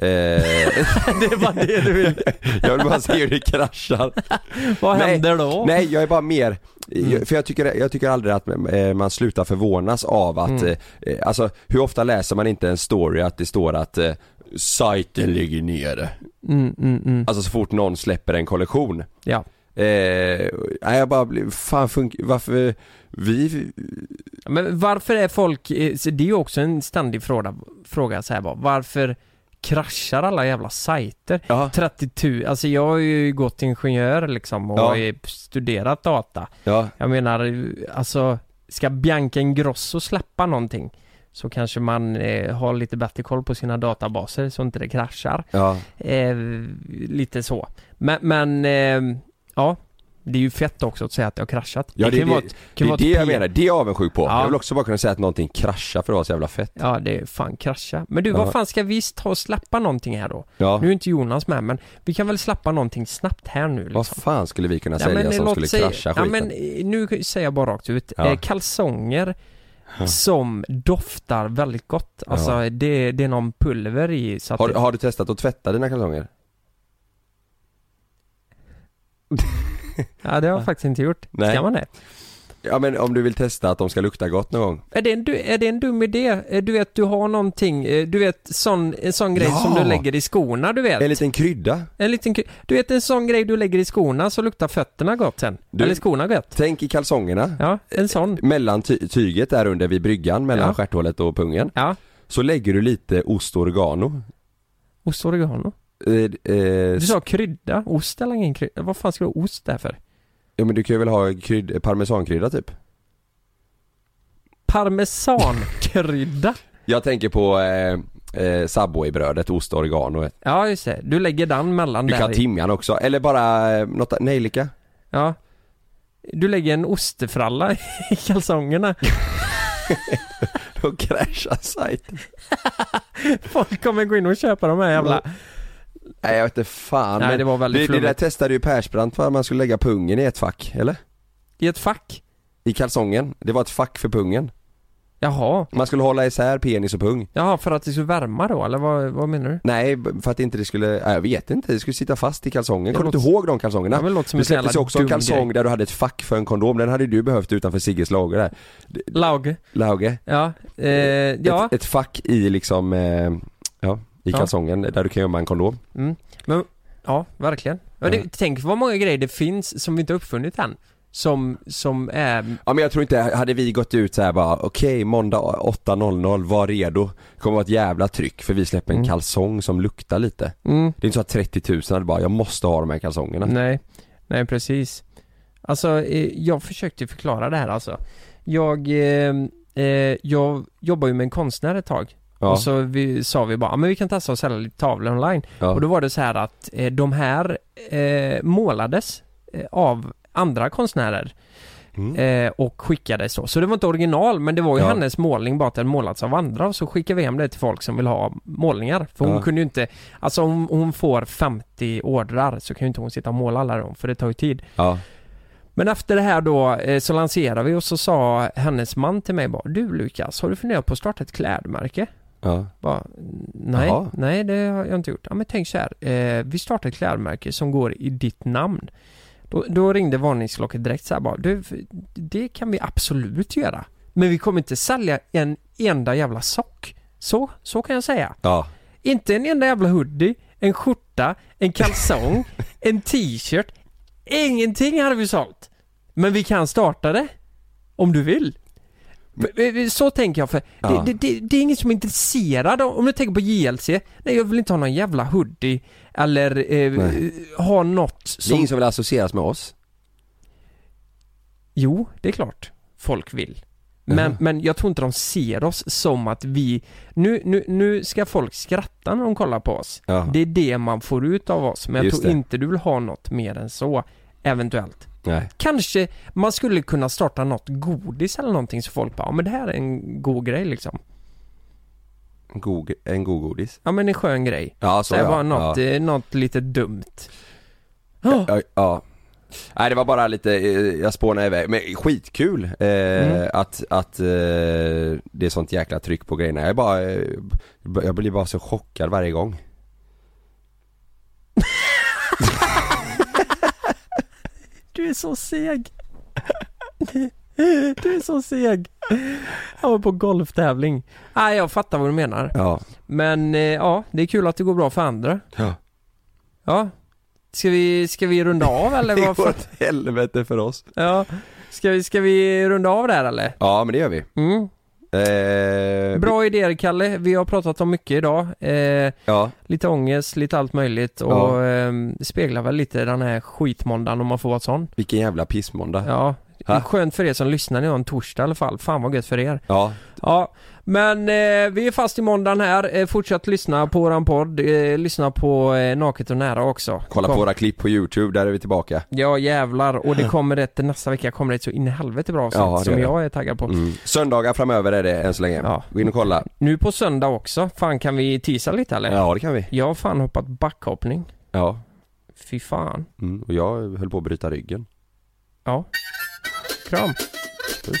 S4: det var det du ville.
S5: jag vill bara se hur det kraschar.
S4: Vad
S5: Nej.
S4: händer då? Mm.
S5: Nej, jag är bara mer, jag- för jag tycker, jag tycker aldrig att eh, man slutar förvånas av att,
S4: Mm.
S5: eh, alltså hur ofta läser man inte en story att det står att eh, sajten ligger nere?
S4: Mm, mm, mm.
S5: Alltså så fort någon släpper en kollektion.
S4: Ja.
S5: Eh, nej, jag bara blir, fan funk, varför, vi,
S4: Men varför är folk, eh, så det är ju också en ständig fråga, fråga så här bara, varför kraschar alla jävla sajter? 32, alltså jag har ju gått till ingenjör liksom och
S5: Ja.
S4: har ju studerat data.
S5: Ja.
S4: Jag menar, alltså ska Bianca Ingrosso släppa någonting så kanske man eh, har lite bättre koll på sina databaser så inte det kraschar.
S5: Ja.
S4: Eh, lite så. Men, men eh, ja, det är ju fett också att säga att det har kraschat. kan
S5: ja det, det,
S4: ju vara
S5: det,
S4: ett-
S5: det
S4: kan ju
S5: är
S4: vara
S5: det
S4: ett
S5: jag
S4: P-
S5: menar, det är jag avundsjuk på.
S4: Ja.
S5: Jag vill också bara kunna säga att någonting kraschar för det var så jävla fett.
S4: Ja det är fan krascha. Men du
S5: Ja.
S4: vad fan ska vi ta och släppa någonting här då?
S5: Ja.
S4: Nu är inte Jonas med men vi kan väl släppa någonting snabbt här nu liksom.
S5: Vad fan skulle vi kunna
S4: Ja,
S5: sälja
S4: men,
S5: som
S4: låt
S5: skulle
S4: säga-
S5: krascha
S4: Ja
S5: skiten?
S4: men eh, nu säger jag bara rakt ut.
S5: Ja.
S4: Eh, Kalsonger
S5: Ja.
S4: som doftar väldigt gott. Alltså
S5: Ja.
S4: det, det är någon pulver i så att
S5: har,
S4: det-
S5: har du testat att tvätta dina kalsonger?
S4: Ja det har jag faktiskt inte gjort.
S5: Nej.
S4: Ska man det?
S5: Ja men om du vill testa att de ska lukta gott någon gång?
S4: Är det, en, du- är det en dum idé? Eh, Du vet, du har någonting, eh, du vet, sån, en sån grej som du lägger i skorna, du vet.
S5: En liten krydda.
S4: En liten, kry- du vet en sån grej du lägger i skorna så luktar fötterna gott sen.
S5: Du-
S4: Eller skorna gott.
S5: Tänk i kalsongerna.
S4: Ja, en sån.
S5: Mellan ty- tyget där under vid bryggan, mellan
S4: Ja.
S5: stjärthålet och pungen.
S4: Ja.
S5: Så lägger du lite ost och oregano.
S4: Ost och oregano.
S5: Eh, eh,
S4: Du sa krydda. Ost eller ingen krydda? Vad fan ska du ha ost där för?
S5: Ja men du kan ju väl ha krydd, parmesankrydda typ?
S4: Parmesankrydda.
S5: Jag tänker på eh, eh, Subway-brödet, ost och oregano. vet.
S4: ja, just det. Du lägger den mellan
S5: Du
S4: där.
S5: kan ha
S4: i.
S5: timjan också, eller bara eh, något, nejlika.
S4: Ja. Du lägger en ostefralla i kalsongerna.
S5: Då kraschar sajten.
S4: Folk kommer gå in och köpa de här jävla...
S5: Nej jag vet inte fan.
S4: Nej,
S5: men
S4: det var väldigt
S5: det, det där
S4: flummigt.
S5: testade ju Persbrandt för att man skulle lägga pungen i ett fack, eller?
S4: I ett fack?
S5: I kalsongen. Det var ett fack för pungen.
S4: Jaha.
S5: Man skulle hålla isär penis och pung.
S4: Jaha, för att det skulle värma då, eller vad, vad menar du?
S5: Nej, b- för att inte det skulle, nej, jag vet inte, det skulle sitta fast i kalsongen.
S4: Det
S5: Kommer du
S4: låter-
S5: inte ihåg de kalsongerna?
S4: Ja, men det låter som
S5: det
S4: en sån
S5: släpptes ju
S4: jävla
S5: också en
S4: dum
S5: kalsong
S4: grej.
S5: där du hade ett fack för en kondom, den hade du behövt utanför Sigges lager där. D-
S4: Lauge?
S5: Lauge.
S4: Ja. Eh, ja.
S5: Ett, ett fack i liksom, eh, ja, i
S4: Ja.
S5: kalsongen där du kan gömma en kondom.
S4: Mm. Men, ja, verkligen. Ja.
S5: Ja.
S4: Det, tänk vad många grejer det finns som vi inte har uppfunnit än. Som, som är...
S5: Ja men jag tror inte, hade vi gått ut så här bara okej måndag 8.00, var redo. Det kommer vara ett jävla tryck för vi släpper en
S4: Mm.
S5: kalsong som luktar lite.
S4: Mm.
S5: Det är inte så att 30 000 hade bara, jag måste ha de här kalsongerna.
S4: Nej, nej precis. Alltså, eh, jag försökte förklara det här alltså. Jag, eh, eh, jag jobbar ju med en konstnär ett tag.
S5: Ja.
S4: Och så vi, sa vi bara, "Ja, men vi kan testa och sälja lite tavlor online.
S5: Ja.
S4: Och då var det så här att eh, de här eh, målades eh, av andra konstnärer. Eh, och skickades så. Så det var inte original men det var ju
S5: Mm. Ja.
S4: hennes målning bara att den målats av andra och så skickade vi hem det till folk som vill ha målningar. För hon
S5: Ja.
S4: kunde ju inte, alltså om hon får 50 ordrar så kan ju inte hon sitta och måla alla dem för det tar ju tid.
S5: Ja.
S4: Men efter det här då eh, så lanserade vi och så sa hennes man till mig bara Du Lukas, har du funderat på att starta ett klädmärke?
S5: Ja.
S4: Bara, nej,
S5: Jaha.
S4: nej det har jag inte gjort. Ja men tänk så här, eh, vi startar ett klädmärke som går i ditt namn. Då, då ringde varningsklocket direkt så här bara, du, det kan vi absolut göra. Men vi kommer inte sälja en enda jävla sock. Så, så kan jag säga.
S5: Ja.
S4: Inte en enda jävla hoodie, en skjorta, en kalsong, en t-shirt. Ingenting hade vi sålt. Men vi kan starta det. Om du vill. V- v- Så tänker jag för
S5: Ja.
S4: det, det, det, det är ingen som är intresserad av, om du tänker på JLC, nej jag vill inte ha någon jävla hoodie eller eh,
S5: Nej.
S4: ha något
S5: Det är
S4: som...
S5: ingen som vill associeras med oss.
S4: Jo, det är klart folk vill. Men, men jag tror inte de ser oss som att vi, nu, nu, nu ska folk skratta när de kollar på oss.
S5: Ja.
S4: Det är det man får ut av oss, men jag
S5: Just
S4: tror
S5: det.
S4: inte du vill ha något mer än så, eventuellt.
S5: Nej.
S4: Kanske man skulle kunna starta något godis eller någonting så folk bara, ja men det här är en god grej liksom.
S5: En god, en god godis.
S4: Ja men en skön grej.
S5: Ja, så
S4: här,
S5: ja.
S4: bara något,
S5: Ja.
S4: eh, något lite dumt.
S5: Ja, ja, ja. Nej det var bara lite, eh, jag spånade iväg. Men skitkul eh,
S4: Mm.
S5: att, att eh, det är sånt jäkla tryck på grejerna. Jag är bara, eh, jag blir bara så chockad varje gång.
S4: Du är så seg. Du är så seg. Han var på golftävling. Nej, jag fattar vad du menar.
S5: Ja.
S4: Men eh, ja, det är kul att det går bra för andra.
S5: Ja.
S4: Ja. Ska vi, ska vi runda av eller?
S5: Det
S4: vad
S5: går
S4: fan-
S5: åt helvete för oss.
S4: Ja. Ska vi, ska vi runda av där eller?
S5: Ja men det gör vi.
S4: Mm.
S5: Eh,
S4: Bra idéer Kalle, vi har pratat om mycket idag. Eh,
S5: Ja.
S4: Lite ångest, lite allt möjligt och
S5: Ja.
S4: ehm, speglar väl lite den här skitmåndagen om man får vara sån.
S5: Vilken jävla pissmåndag.
S4: Ja.
S5: Ha?
S4: Skönt för er som lyssnar nu en torsdag i alla fall. Fan vad gött för er.
S5: Ja.
S4: Ja, men eh, vi är fast i måndagen här. Eh, fortsätt lyssna på våran podd. Eh, lyssna på eh, Naket och Nära också.
S5: Kolla på
S4: Kom-
S5: våra klipp på youtube, där är vi tillbaka.
S4: Ja jävlar, och det kommer ett, nästa vecka kommer det ett så in i helvete bra avsnitt
S5: Ja, det
S4: som
S5: är det.
S4: jag är taggad på.
S5: Mm. Söndagar framöver är det än så länge. Gå in och kolla.
S4: Nu på söndag också, fan kan vi tisa lite eller?
S5: Ja det kan vi.
S4: Jag har fan hoppat backhoppning.
S5: Ja.
S4: Fy fan.
S5: Mm. Och jag höll på att bryta ryggen.
S4: Ja. Kram.
S5: Puss.